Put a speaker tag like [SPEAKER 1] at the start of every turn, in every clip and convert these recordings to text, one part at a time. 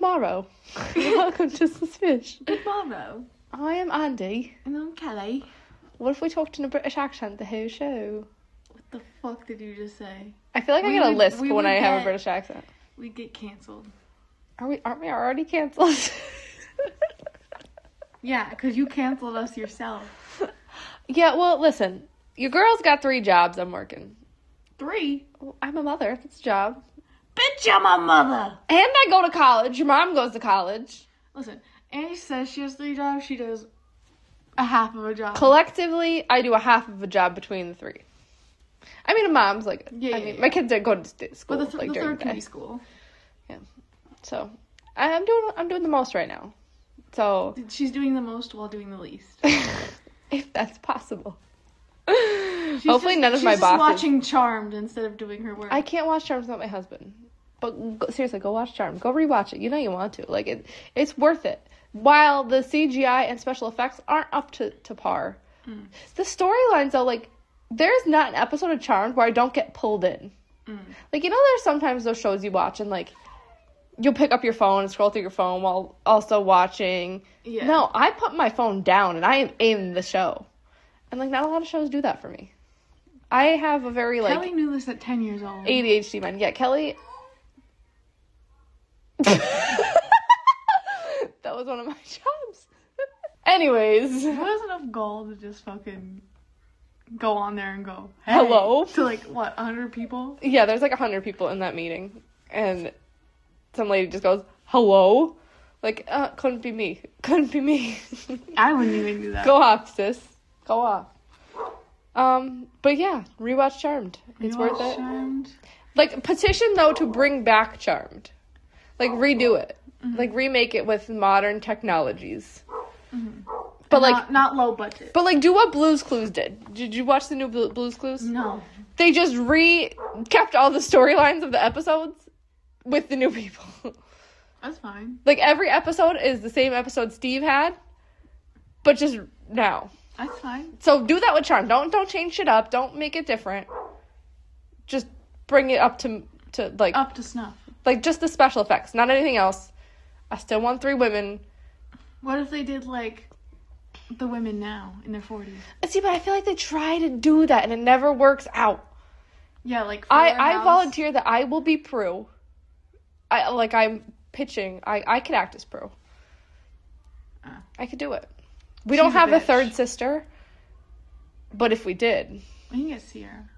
[SPEAKER 1] morrow. Welcome to Suspish.
[SPEAKER 2] Tomorrow.
[SPEAKER 1] I am Andy.
[SPEAKER 2] And I'm Kelly.
[SPEAKER 1] What if we talked in a British accent the whole show?
[SPEAKER 2] What the fuck did you just say?
[SPEAKER 1] I feel like I
[SPEAKER 2] We
[SPEAKER 1] get a
[SPEAKER 2] would-
[SPEAKER 1] lisp
[SPEAKER 2] we
[SPEAKER 1] when
[SPEAKER 2] would
[SPEAKER 1] I have a
[SPEAKER 2] get-
[SPEAKER 1] British accent.
[SPEAKER 2] We get cancelled.
[SPEAKER 1] Are we? Aren't we already cancelled?
[SPEAKER 2] Yeah, because you cancelled us yourself.
[SPEAKER 1] yeah. Well, listen. Your girl's got three jobs. I'm working.
[SPEAKER 2] Three.
[SPEAKER 1] Well, I'm a mother. That's a job.
[SPEAKER 2] Bitch, I'm my mother.
[SPEAKER 1] And I go to college. Your mom goes to college.
[SPEAKER 2] Listen, Annie says she has three jobs. She does a half of a job.
[SPEAKER 1] Collectively, I do a half of a job between the three. I mean, a mom's like.
[SPEAKER 2] Yeah,
[SPEAKER 1] I
[SPEAKER 2] yeah,
[SPEAKER 1] mean,
[SPEAKER 2] yeah.
[SPEAKER 1] my kids don't go to st- school
[SPEAKER 2] but the, th-
[SPEAKER 1] like
[SPEAKER 2] the
[SPEAKER 1] during
[SPEAKER 2] third
[SPEAKER 1] the
[SPEAKER 2] can
[SPEAKER 1] day.
[SPEAKER 2] be school.
[SPEAKER 1] So I- I'm doing I'm doing the most right now. So
[SPEAKER 2] She's doing the most while doing the least.
[SPEAKER 1] if that's possible.
[SPEAKER 2] She's
[SPEAKER 1] Hopefully
[SPEAKER 2] just-
[SPEAKER 1] none of
[SPEAKER 2] she's
[SPEAKER 1] my
[SPEAKER 2] just
[SPEAKER 1] bosses.
[SPEAKER 2] watching Charmed instead of doing her work.
[SPEAKER 1] I can't watch Charm without my husband. But go, seriously, go watch Charm. Go rewatch it. You know you want to. Like it, it's worth it. While the CGI and special effects aren't up to to par, the storylines though, like there's not an episode of Charmed where I don't get pulled in. Like you know, there's sometimes those shows you watch and like you'll pick up your phone and scroll through your phone while also watching.
[SPEAKER 2] Yeah.
[SPEAKER 1] No, I put my phone down and I am in the show, and like not a lot of shows do that for me. I have a very like
[SPEAKER 2] Kelly knew this at 10 years old.
[SPEAKER 1] ADHD man. Yeah, Kelly. that was one of my jobs. Anyways,
[SPEAKER 2] It was enough goal to just fucking go on there and go "Hey,"
[SPEAKER 1] Hello?
[SPEAKER 2] to like what hundred people.
[SPEAKER 1] yeah, there's like 100 people in that meeting, and some lady just goes, hello? Like, uh, couldn't be me. Couldn't be me.
[SPEAKER 2] I wouldn't even do that.
[SPEAKER 1] Go off, sis. Go off. Um, but yeah, rewatch Charmed.
[SPEAKER 2] You
[SPEAKER 1] It's
[SPEAKER 2] all
[SPEAKER 1] worth it.
[SPEAKER 2] shamed?
[SPEAKER 1] Like petition though to bring back Charmed, like redo it, like remake it with modern technologies. But like,
[SPEAKER 2] not, not low budget.
[SPEAKER 1] but like, do what Blue's Clues did. Did you watch the new Blu- Blue's Clues?
[SPEAKER 2] no,
[SPEAKER 1] They just re kept all the storylines of the episodes with the new people.
[SPEAKER 2] that's fine.
[SPEAKER 1] like every episode is the same episode Steve had, but just now.
[SPEAKER 2] That's fine.
[SPEAKER 1] So do that with Charmed. Don't don't change shit up. Don't make it different. Just bring it up to to like
[SPEAKER 2] Up to snuff.
[SPEAKER 1] like just the special effects, not anything else. I still want three women.
[SPEAKER 2] What if they did like the women now in their forties?
[SPEAKER 1] See, but I feel like they try to do that and it never works out.
[SPEAKER 2] Yeah, like
[SPEAKER 1] I
[SPEAKER 2] Fuller
[SPEAKER 1] I
[SPEAKER 2] House.
[SPEAKER 1] volunteer that I will be Prue. I like I'm pitching. I I could act as Prue.
[SPEAKER 2] Ah.
[SPEAKER 1] I could do it. We
[SPEAKER 2] She's
[SPEAKER 1] don't
[SPEAKER 2] a
[SPEAKER 1] have a,
[SPEAKER 2] bitch.
[SPEAKER 1] third sister, but if we did,
[SPEAKER 2] I think it's Sierra.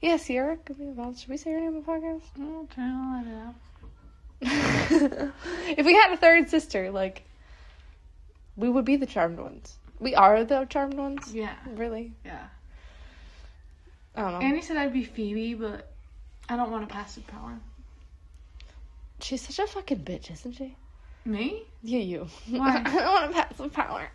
[SPEAKER 1] yeah, Sierra could be involved. Should we say her name on the podcast?
[SPEAKER 2] Oh, turn all that up.
[SPEAKER 1] if we had a third sister, like, we would be the charmed ones. We are the charmed ones.
[SPEAKER 2] Yeah,
[SPEAKER 1] Really?
[SPEAKER 2] yeah.
[SPEAKER 1] I don't know.
[SPEAKER 2] Annie said I'd be Phoebe, but I don't want to pass the power.
[SPEAKER 1] She's such a fucking bitch, isn't she?
[SPEAKER 2] Me?
[SPEAKER 1] Yeah, you.
[SPEAKER 2] Why?
[SPEAKER 1] I don't want to pass the power.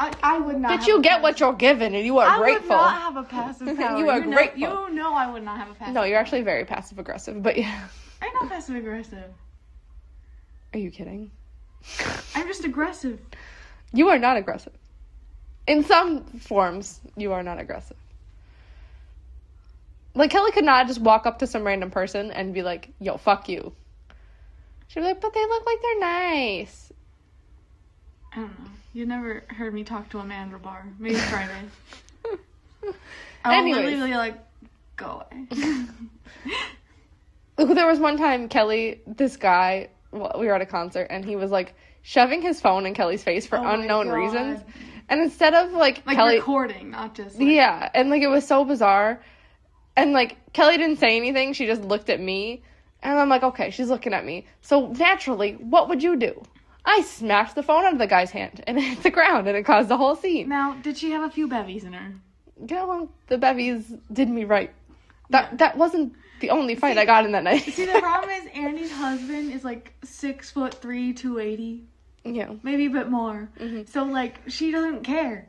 [SPEAKER 2] I, I would not.
[SPEAKER 1] But
[SPEAKER 2] have
[SPEAKER 1] you
[SPEAKER 2] a
[SPEAKER 1] get
[SPEAKER 2] pass.
[SPEAKER 1] what you're given, and you are
[SPEAKER 2] I
[SPEAKER 1] grateful.
[SPEAKER 2] would not have a passive power.
[SPEAKER 1] You are
[SPEAKER 2] know-
[SPEAKER 1] grateful.
[SPEAKER 2] you know I would not have a passive.
[SPEAKER 1] No, you're actually very passive aggressive. But yeah,
[SPEAKER 2] I'm not passive aggressive.
[SPEAKER 1] are you kidding?
[SPEAKER 2] I'm just aggressive.
[SPEAKER 1] You are not aggressive. In some forms, you are not aggressive. Like Kelly could not just walk up to some random person and be like, "Yo, fuck you." She'd be like, "But they look like they're nice."
[SPEAKER 2] I don't know. You never heard me talk to a man at a bar. Maybe Friday. I would
[SPEAKER 1] Anyways.
[SPEAKER 2] literally like go away.
[SPEAKER 1] Look, there was one time Kelly, this guy, well, we were at a concert, and he was like shoving his phone in Kelly's face for
[SPEAKER 2] Oh my
[SPEAKER 1] unknown
[SPEAKER 2] God.
[SPEAKER 1] reasons. And instead of like,
[SPEAKER 2] like
[SPEAKER 1] Kelly,
[SPEAKER 2] recording, not just like,
[SPEAKER 1] Yeah, and like it was so bizarre. And like Kelly didn't say anything, she just looked at me. And I'm like, okay, she's looking at me. So naturally, what would you do? I smashed the phone out of the guy's hand and it hit the ground and it caused the whole scene.
[SPEAKER 2] Now, did she have a few bevies in her?
[SPEAKER 1] You know, the bevies did me right. That that wasn't the only fight I got in that night.
[SPEAKER 2] See, the problem is Andy's husband is like six foot three, two eighty,
[SPEAKER 1] yeah.
[SPEAKER 2] maybe a bit more.
[SPEAKER 1] Mm-hmm.
[SPEAKER 2] So like, she doesn't care.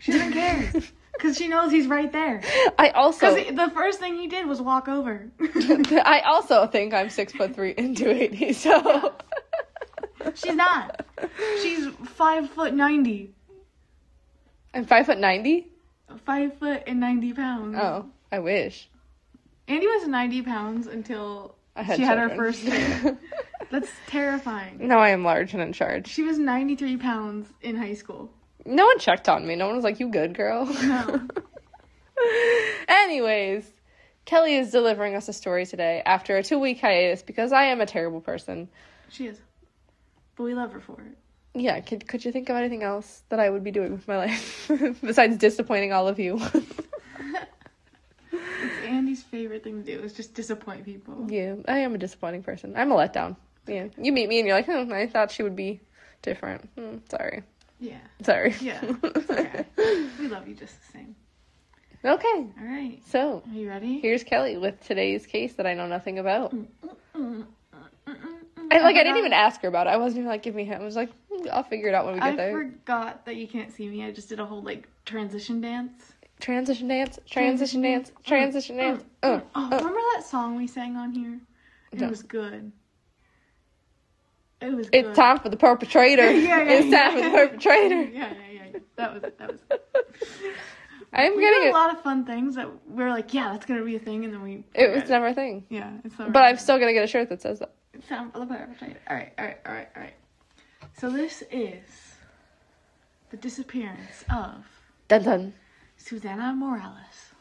[SPEAKER 2] She doesn't care because she knows he's right there.
[SPEAKER 1] I also
[SPEAKER 2] Because the first thing he did was walk over.
[SPEAKER 1] I also think I'm six foot three and two eighty, so
[SPEAKER 2] She's not. She's five foot ninety.
[SPEAKER 1] I'm five foot ninety?
[SPEAKER 2] Five foot and ninety pounds.
[SPEAKER 1] Oh, I wish.
[SPEAKER 2] Andy was ninety pounds until
[SPEAKER 1] I had
[SPEAKER 2] she had her
[SPEAKER 1] children.
[SPEAKER 2] first kid. That's terrifying.
[SPEAKER 1] Now I am large and in charge.
[SPEAKER 2] She was 93 pounds in high school.
[SPEAKER 1] No one checked on me. No one was like, "You good, girl?"
[SPEAKER 2] No.
[SPEAKER 1] Anyways, Kelly is delivering us a story today after a two-week hiatus because I am a terrible person.
[SPEAKER 2] She is. But we love her for it.
[SPEAKER 1] Yeah, could could you think of anything else that I would be doing with my life besides disappointing all of you?
[SPEAKER 2] It's Andy's favorite thing to do is just disappoint people.
[SPEAKER 1] yeah, I am a disappointing person. I'm a letdown. Yeah, you meet me and you're like, hmm, I thought she would be different. Hmm, sorry,
[SPEAKER 2] Yeah.
[SPEAKER 1] sorry.
[SPEAKER 2] Yeah. It's okay. we love you just the same.
[SPEAKER 1] Okay,
[SPEAKER 2] All right.
[SPEAKER 1] so
[SPEAKER 2] Are you ready?
[SPEAKER 1] here's Kelly with today's case that I know nothing about.
[SPEAKER 2] Mm, mm, mm,
[SPEAKER 1] I like I
[SPEAKER 2] forgot-
[SPEAKER 1] didn't even ask her about it. I wasn't even like, give me him. I was like, "Hmm, I'll figure it out when we get
[SPEAKER 2] I
[SPEAKER 1] there.
[SPEAKER 2] forgot that you can't see me. I just did a whole like transition dance.
[SPEAKER 1] Transition dance, transition
[SPEAKER 2] Transition
[SPEAKER 1] dance,
[SPEAKER 2] dance.
[SPEAKER 1] transition
[SPEAKER 2] Mm,
[SPEAKER 1] dance. Uh,
[SPEAKER 2] mm. oh,
[SPEAKER 1] uh.
[SPEAKER 2] remember that song we sang on here? It
[SPEAKER 1] No.
[SPEAKER 2] was good. It was. good.
[SPEAKER 1] It's time for the perpetrator.
[SPEAKER 2] Yeah, yeah,
[SPEAKER 1] it's time for
[SPEAKER 2] yeah.
[SPEAKER 1] the perpetrator.
[SPEAKER 2] Yeah, yeah, yeah. That was that was.
[SPEAKER 1] I'm
[SPEAKER 2] we
[SPEAKER 1] getting
[SPEAKER 2] did
[SPEAKER 1] it.
[SPEAKER 2] a lot of fun things that we were like, yeah, that's gonna be a thing, and then we.
[SPEAKER 1] It was
[SPEAKER 2] forgot
[SPEAKER 1] never a thing.
[SPEAKER 2] Yeah, it's not.
[SPEAKER 1] But I'm still gonna get a shirt that says that.
[SPEAKER 2] Time for the perpetrator. All right, all right, all right, all right. So this is the disappearance of
[SPEAKER 1] Dun dun.
[SPEAKER 2] Susanna Morales.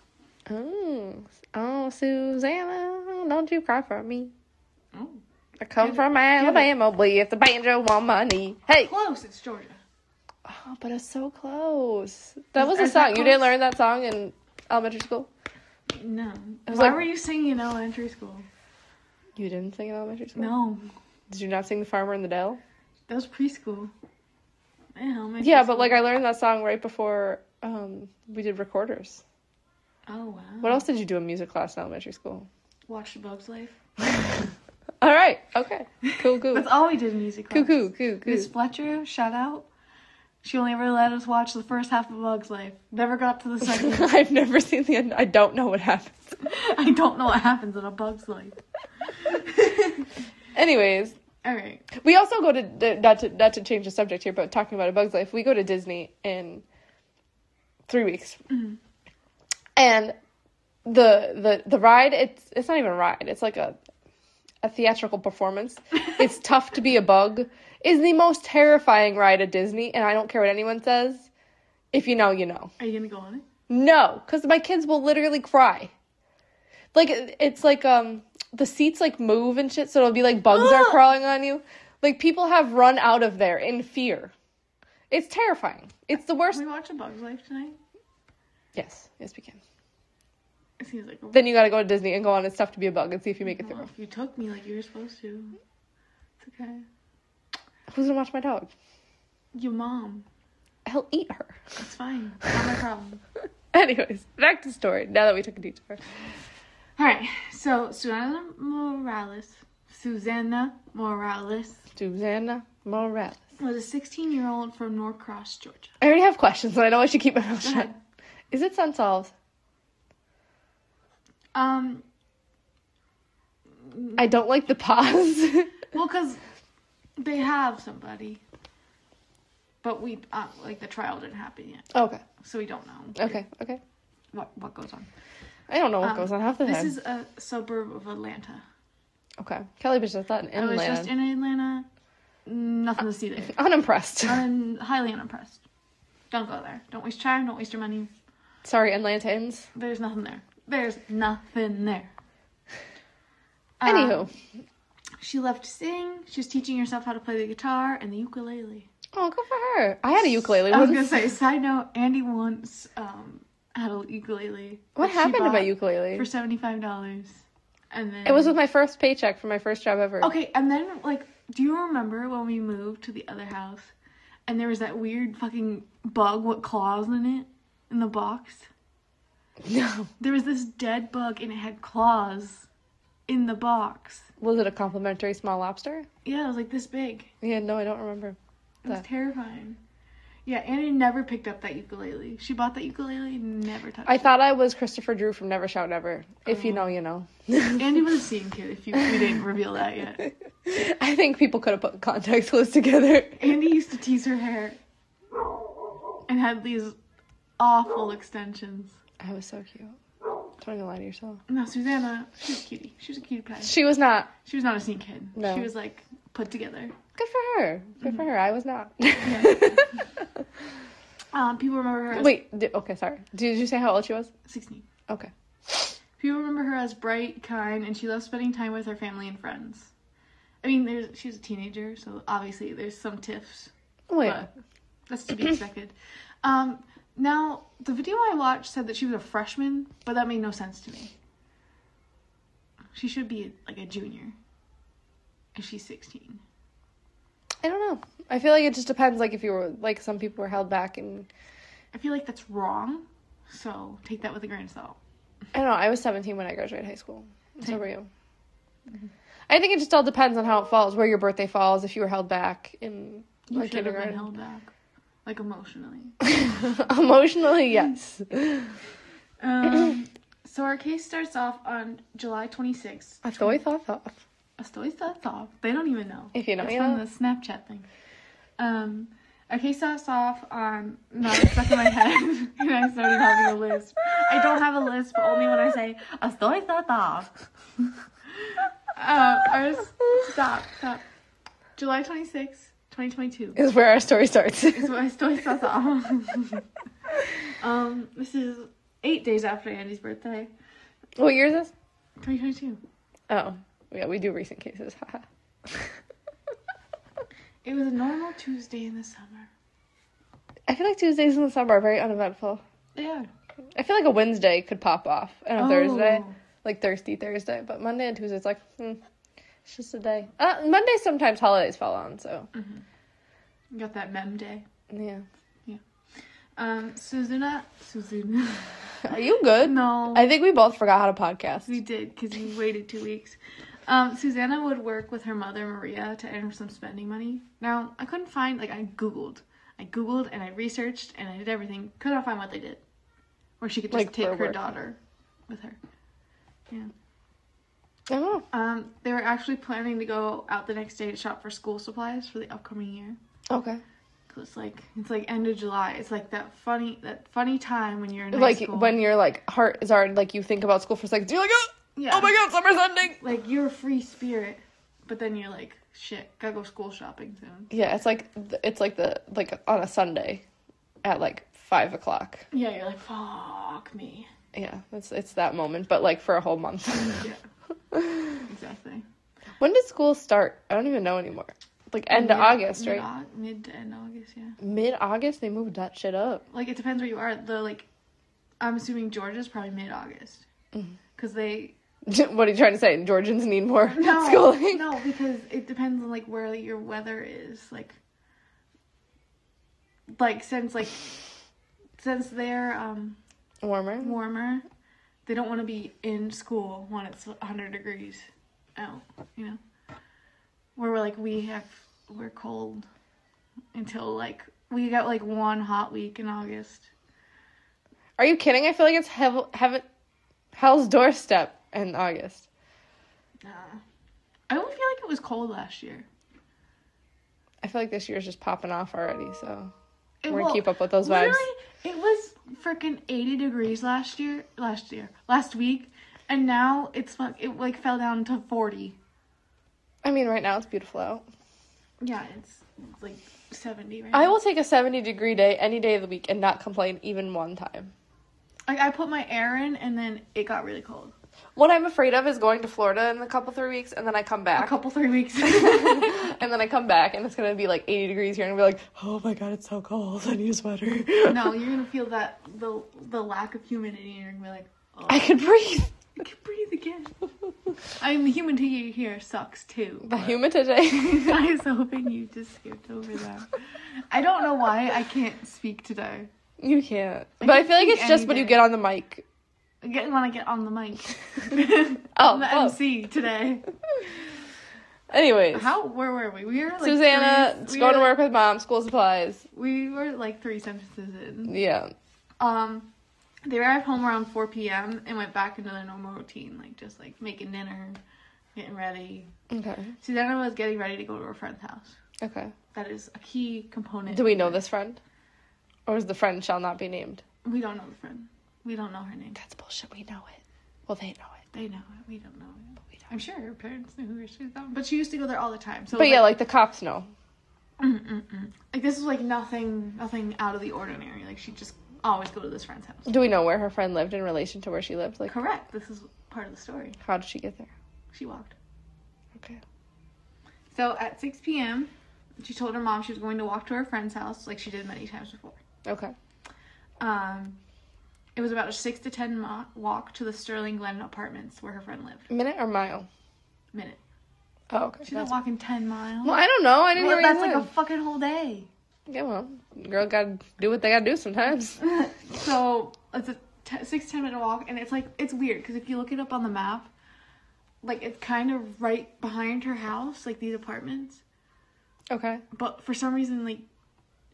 [SPEAKER 1] Oh, oh, Susanna, don't you cry for me.
[SPEAKER 2] Oh,
[SPEAKER 1] I come from Alabama with the banjo on my knee. Hey!
[SPEAKER 2] close. It's Georgia.
[SPEAKER 1] Oh, but it's so close. That was a
[SPEAKER 2] Is
[SPEAKER 1] song.
[SPEAKER 2] that
[SPEAKER 1] You didn't
[SPEAKER 2] close?
[SPEAKER 1] learn that song in elementary school?
[SPEAKER 2] No. Why
[SPEAKER 1] was like-
[SPEAKER 2] were you singing in elementary school?
[SPEAKER 1] You didn't sing in elementary school?
[SPEAKER 2] No,
[SPEAKER 1] Did you not sing The Farmer in the Dell?
[SPEAKER 2] that was preschool. In elementary
[SPEAKER 1] Yeah, but
[SPEAKER 2] school.
[SPEAKER 1] like I learned that song right before um, we did recorders.
[SPEAKER 2] Oh wow.
[SPEAKER 1] What else did you do in music class in elementary school?
[SPEAKER 2] Watch the Bugs Life.
[SPEAKER 1] All right. Okay. Cool. Cool.
[SPEAKER 2] That's all we did in music
[SPEAKER 1] cool.
[SPEAKER 2] class.
[SPEAKER 1] Cool. Cool.
[SPEAKER 2] Miss
[SPEAKER 1] Cool.
[SPEAKER 2] Fletcher, shout out. She only ever let us watch the first half of Bugs Life. Never got to the second.
[SPEAKER 1] I've never seen the end. I don't know what happens.
[SPEAKER 2] I don't know what happens in a Bugs Life.
[SPEAKER 1] Anyways,
[SPEAKER 2] All right.
[SPEAKER 1] we also go to- to not to not to change the subject here, but talking about a Bug's Life, we go to Disney in three weeks,
[SPEAKER 2] Mhm.
[SPEAKER 1] and the the the ride it's it's not even a ride. It's like a a theatrical performance. it's tough to be a bug. Is the most terrifying ride at Disney, and I don't care what anyone says. If you know, you know.
[SPEAKER 2] Are you gonna go on it?
[SPEAKER 1] No, because my kids will literally cry. Like it- it's like um the seats like move and shit, so it'll be like bugs are
[SPEAKER 2] Ugh.
[SPEAKER 1] crawling on you. Like people have run out of there in fear. It's terrifying. It's the
[SPEAKER 2] Can
[SPEAKER 1] worst.
[SPEAKER 2] we watch a Bugs Life tonight?
[SPEAKER 1] Yes, yes we can.
[SPEAKER 2] It seems like a
[SPEAKER 1] Then you gotta go to Disney and go on It's Tough to Be a Bug and see if you make it
[SPEAKER 2] Well,
[SPEAKER 1] through.
[SPEAKER 2] if you took me like you were supposed to. It's okay.
[SPEAKER 1] Who's gonna watch my dog?
[SPEAKER 2] Your mom.
[SPEAKER 1] I'll eat her.
[SPEAKER 2] It's fine. Not my problem.
[SPEAKER 1] Anyways, back to story. Now that we took a detour.
[SPEAKER 2] All right. So Susanna Morales, Susanna Morales
[SPEAKER 1] Susanna Morales.
[SPEAKER 2] was a 16-year-old from Norcross, Georgia.
[SPEAKER 1] I already have questions, and I know I should keep my mouth
[SPEAKER 2] Go
[SPEAKER 1] shut.
[SPEAKER 2] ahead.
[SPEAKER 1] Is it Sunsolved?
[SPEAKER 2] Um.
[SPEAKER 1] I don't like the pause.
[SPEAKER 2] Well, because they have somebody, but we uh, like the trial didn't happen yet,
[SPEAKER 1] okay,
[SPEAKER 2] so we don't know
[SPEAKER 1] okay, okay.
[SPEAKER 2] what what goes on.
[SPEAKER 1] I don't know what
[SPEAKER 2] Um,
[SPEAKER 1] goes on half the
[SPEAKER 2] This
[SPEAKER 1] time.
[SPEAKER 2] is a suburb of Atlanta.
[SPEAKER 1] Okay, Kelly bitch, I thought in
[SPEAKER 2] I was
[SPEAKER 1] Atlanta.
[SPEAKER 2] just in Atlanta. Nothing to see there.
[SPEAKER 1] Unimpressed.
[SPEAKER 2] I'm highly unimpressed. Don't go there. Don't waste time. Don't waste your money.
[SPEAKER 1] Sorry, Atlantans.
[SPEAKER 2] There's nothing there. There's nothing there. Um,
[SPEAKER 1] Anywho,
[SPEAKER 2] she loved to sing. She was teaching herself how to play the guitar and the ukulele.
[SPEAKER 1] oh, good for her. I had a ukulele
[SPEAKER 2] I was gonna
[SPEAKER 1] once.
[SPEAKER 2] say, side note, Andy once um had a ukulele.
[SPEAKER 1] What
[SPEAKER 2] that she
[SPEAKER 1] happened to my
[SPEAKER 2] bought
[SPEAKER 1] ukulele?
[SPEAKER 2] For seventy five dollars. And then
[SPEAKER 1] It was with my first paycheck for my first job ever.
[SPEAKER 2] Okay, and then like do you remember when we moved to the other house and there was that weird fucking bug with claws in it in the box?
[SPEAKER 1] No,
[SPEAKER 2] There was this dead bug and it had claws in the box.
[SPEAKER 1] was it a complimentary small lobster?
[SPEAKER 2] Yeah, it was like this big.
[SPEAKER 1] Yeah, no, I don't remember.
[SPEAKER 2] It was
[SPEAKER 1] That-
[SPEAKER 2] terrifying. Yeah, Annie never picked up that ukulele. She bought that ukulele, and never touched
[SPEAKER 1] I
[SPEAKER 2] it.
[SPEAKER 1] thought I was Christopher Drew from Never Shout Never. If you
[SPEAKER 2] Oh.
[SPEAKER 1] know, you know.
[SPEAKER 2] Andy was a scene kid if you we didn't reveal that yet.
[SPEAKER 1] I think people could have put contact clues together.
[SPEAKER 2] Andy used to tease her hair and had these awful extensions.
[SPEAKER 1] I was so cute. Don't even lie to yourself.
[SPEAKER 2] No, Susanna, she was a cutie. She was a cutie pie.
[SPEAKER 1] She was not.
[SPEAKER 2] She was not a sneakhead.
[SPEAKER 1] No.
[SPEAKER 2] She was like put together.
[SPEAKER 1] Good for her. Good
[SPEAKER 2] Mm-hmm.
[SPEAKER 1] for her. I was not.
[SPEAKER 2] Um, people remember her as
[SPEAKER 1] Wait. Di- okay. Sorry. Did you say how old she was?
[SPEAKER 2] 16.
[SPEAKER 1] Okay.
[SPEAKER 2] People remember her as bright, kind, and she loved spending time with her family and friends. I mean, there's she was a teenager, so obviously there's some tiffs,
[SPEAKER 1] Wait.
[SPEAKER 2] but that's to be expected. Um, now, the video I watched said that she was a freshman, but that made no sense to me. She should be like a junior, and she's 16.
[SPEAKER 1] I don't know. I feel like it just depends. Like if you were like some people were held back and
[SPEAKER 2] I feel like that's wrong, so take that with a grain of salt.
[SPEAKER 1] I don't know. I was 17 when I graduated high school. So were you.
[SPEAKER 2] Mm-hmm.
[SPEAKER 1] I think it just all depends on how it falls, where your birthday falls, if you were held back in
[SPEAKER 2] You
[SPEAKER 1] like
[SPEAKER 2] should have been
[SPEAKER 1] kindergarten.
[SPEAKER 2] held back, like emotionally.
[SPEAKER 1] Emotionally, yes.
[SPEAKER 2] Um, so our case starts off on July 26th.
[SPEAKER 1] I thought thought thought.
[SPEAKER 2] Estoy off. They don't even know.
[SPEAKER 1] If you know,
[SPEAKER 2] It's
[SPEAKER 1] you
[SPEAKER 2] from
[SPEAKER 1] know.
[SPEAKER 2] the Snapchat thing. Um, our case starts off on not stuck in my head, and I started having a lisp. I don't have a lisp, but only when I say Estoy off. uh, our s- stop, stop. July 26th, 2022
[SPEAKER 1] Is where our story starts.
[SPEAKER 2] is what I still thought that. um, this is eight days after Andy's birthday,
[SPEAKER 1] what year is this?
[SPEAKER 2] 2022.
[SPEAKER 1] Oh, yeah, we do recent cases. haha.
[SPEAKER 2] It was a normal Tuesday in the summer.
[SPEAKER 1] I feel like Tuesdays in the summer are very uneventful.
[SPEAKER 2] Yeah.
[SPEAKER 1] I feel like a Wednesday could pop off and a
[SPEAKER 2] Oh.
[SPEAKER 1] Thursday, like thirsty Thursday, but Monday and Tuesday's like, hmm, it's just a day. Uh, Monday sometimes holidays fall on, so
[SPEAKER 2] You Got that mem day.
[SPEAKER 1] yeah.
[SPEAKER 2] Um, Suzuna, Suzuna.
[SPEAKER 1] Are you good?
[SPEAKER 2] No,
[SPEAKER 1] I think we both forgot how to podcast.
[SPEAKER 2] we did because we waited two weeks. Um, Susanna would work with her mother Maria to earn some spending money. Now I couldn't find like I googled, I googled and I researched and I did everything. Could not find what they did, or she could just
[SPEAKER 1] Like,
[SPEAKER 2] take
[SPEAKER 1] for
[SPEAKER 2] her
[SPEAKER 1] work.
[SPEAKER 2] daughter with her.
[SPEAKER 1] I don't know.
[SPEAKER 2] Um, they were actually planning to go out the next day to shop for school supplies for the upcoming year.
[SPEAKER 1] Okay.
[SPEAKER 2] Cause it's like it's like end of July. It's like that funny that funny time when you're in high
[SPEAKER 1] like
[SPEAKER 2] school.
[SPEAKER 1] when your like heart is already like you think about school for a second, you're like, oh,
[SPEAKER 2] yeah,
[SPEAKER 1] oh my god, summer's ending.
[SPEAKER 2] like you're a free spirit, but then you're like shit. Gotta go school shopping soon.
[SPEAKER 1] Yeah, it's like th- it's like the like on a Sunday, at like five o'clock.
[SPEAKER 2] Yeah, you're like fuck me.
[SPEAKER 1] Yeah, it's it's that moment, but like for a whole month.
[SPEAKER 2] Yeah, exactly.
[SPEAKER 1] when did school start? I don't even know anymore. Like end of August,
[SPEAKER 2] mid,
[SPEAKER 1] right?
[SPEAKER 2] Au- Mid to end August. Yeah.
[SPEAKER 1] Mid August, they moved that shit up.
[SPEAKER 2] Like it depends where you are. Though, like I'm assuming Georgia's probably mid August,
[SPEAKER 1] Mm-hmm.
[SPEAKER 2] cause they
[SPEAKER 1] what are you trying to say? Georgians need more
[SPEAKER 2] No,
[SPEAKER 1] schooling.
[SPEAKER 2] no, because it depends on like where your weather is. Like, like since like since they're um
[SPEAKER 1] Warmer.
[SPEAKER 2] warmer, they don't want to be in school when it's 100 degrees out. You know, where we're like we have we're cold until like we got like one hot week in August.
[SPEAKER 1] Are you kidding? I feel like it's hev- heaven, hell's doorstep in August.
[SPEAKER 2] Nah. I don't feel like it was cold last year.
[SPEAKER 1] I feel like this year's just popping off already. So
[SPEAKER 2] It-
[SPEAKER 1] We're gonna
[SPEAKER 2] well,
[SPEAKER 1] keep up with those vibes.
[SPEAKER 2] literally, It was freaking 80 degrees last year, last year, last week, and now it's like it like fell down to 40.
[SPEAKER 1] I mean, right now it's beautiful out.
[SPEAKER 2] Yeah, it's, it's like 70 right
[SPEAKER 1] I
[SPEAKER 2] now.
[SPEAKER 1] will take a seventy degree day any day of the week and not complain even one time.
[SPEAKER 2] Like I put my air in, and then it got really cold.
[SPEAKER 1] What I'm afraid of is going to Florida in a couple three weeks and then I come
[SPEAKER 2] A
[SPEAKER 1] back.
[SPEAKER 2] couple three weeks.
[SPEAKER 1] and then I come back and it's gonna be like 80 degrees here and I'll be like, oh my god, it's so cold. I need a sweater.
[SPEAKER 2] no, you're gonna feel that the the lack of humidity, and you're gonna be like, oh,
[SPEAKER 1] I could breathe.
[SPEAKER 2] I can breathe again. I mean, the humidity here sucks too.
[SPEAKER 1] The humid today.
[SPEAKER 2] I was hoping you just skipped over that. I don't know why I can't speak today.
[SPEAKER 1] you can't.
[SPEAKER 2] I
[SPEAKER 1] But I
[SPEAKER 2] can
[SPEAKER 1] feel like
[SPEAKER 2] speak
[SPEAKER 1] it's just
[SPEAKER 2] any
[SPEAKER 1] when you
[SPEAKER 2] day.
[SPEAKER 1] get on the mic.
[SPEAKER 2] I get, when I get on the mic.
[SPEAKER 1] Oh,
[SPEAKER 2] I'm the
[SPEAKER 1] oh.
[SPEAKER 2] MC today.
[SPEAKER 1] Anyways,
[SPEAKER 2] How? Where were we? We were like
[SPEAKER 1] Susanna,
[SPEAKER 2] three-
[SPEAKER 1] it's
[SPEAKER 2] we
[SPEAKER 1] going
[SPEAKER 2] were,
[SPEAKER 1] to work with mom, school supplies.
[SPEAKER 2] We were like three sentences in.
[SPEAKER 1] Yeah.
[SPEAKER 2] Um, they arrived home around 4 p.m. and went back into their normal routine, like just like making dinner, getting ready.
[SPEAKER 1] Okay.
[SPEAKER 2] Susanna was getting ready to go to her friend's house.
[SPEAKER 1] Okay.
[SPEAKER 2] That is a key component.
[SPEAKER 1] Do we know this friend? Or is the friend shall not be named?
[SPEAKER 2] We don't know the friend. We don't know her name.
[SPEAKER 1] That's bullshit. We know it. Well, they know it.
[SPEAKER 2] They know it. We don't know it.
[SPEAKER 1] we don't.
[SPEAKER 2] I'm sure her parents knew who she was from, but she used to go there all the time. So,
[SPEAKER 1] But yeah, like the cops know.
[SPEAKER 2] Mm-mm-mm. mm. Like this was like nothing, nothing out of the ordinary. Like she just always go to this friend's house.
[SPEAKER 1] Do we know where her friend lived in relation to where she lived? Like,
[SPEAKER 2] Correct. This is part of the story.
[SPEAKER 1] how did she get there?
[SPEAKER 2] She walked.
[SPEAKER 1] Okay.
[SPEAKER 2] So at 6 p.m., she told her mom she was going to walk to her friend's house, like she did many times before.
[SPEAKER 1] Okay.
[SPEAKER 2] Um, it was about a six to ten mo- walk to the Sterling Glen apartments where her friend lived.
[SPEAKER 1] Minute or mile?
[SPEAKER 2] Minute.
[SPEAKER 1] Oh, okay.
[SPEAKER 2] She's not
[SPEAKER 1] That's-
[SPEAKER 2] walking ten miles.
[SPEAKER 1] well, I don't know. I didn't
[SPEAKER 2] Well,
[SPEAKER 1] hear
[SPEAKER 2] that's
[SPEAKER 1] where
[SPEAKER 2] like
[SPEAKER 1] you
[SPEAKER 2] a
[SPEAKER 1] lived.
[SPEAKER 2] fucking whole day.
[SPEAKER 1] Yeah, well, girl got to do what they got to do sometimes.
[SPEAKER 2] so it's a t- six ten minute walk, and it's like it's weird because if you look it up on the map, like it's kind of right behind her house, like these apartments.
[SPEAKER 1] Okay.
[SPEAKER 2] But for some reason, like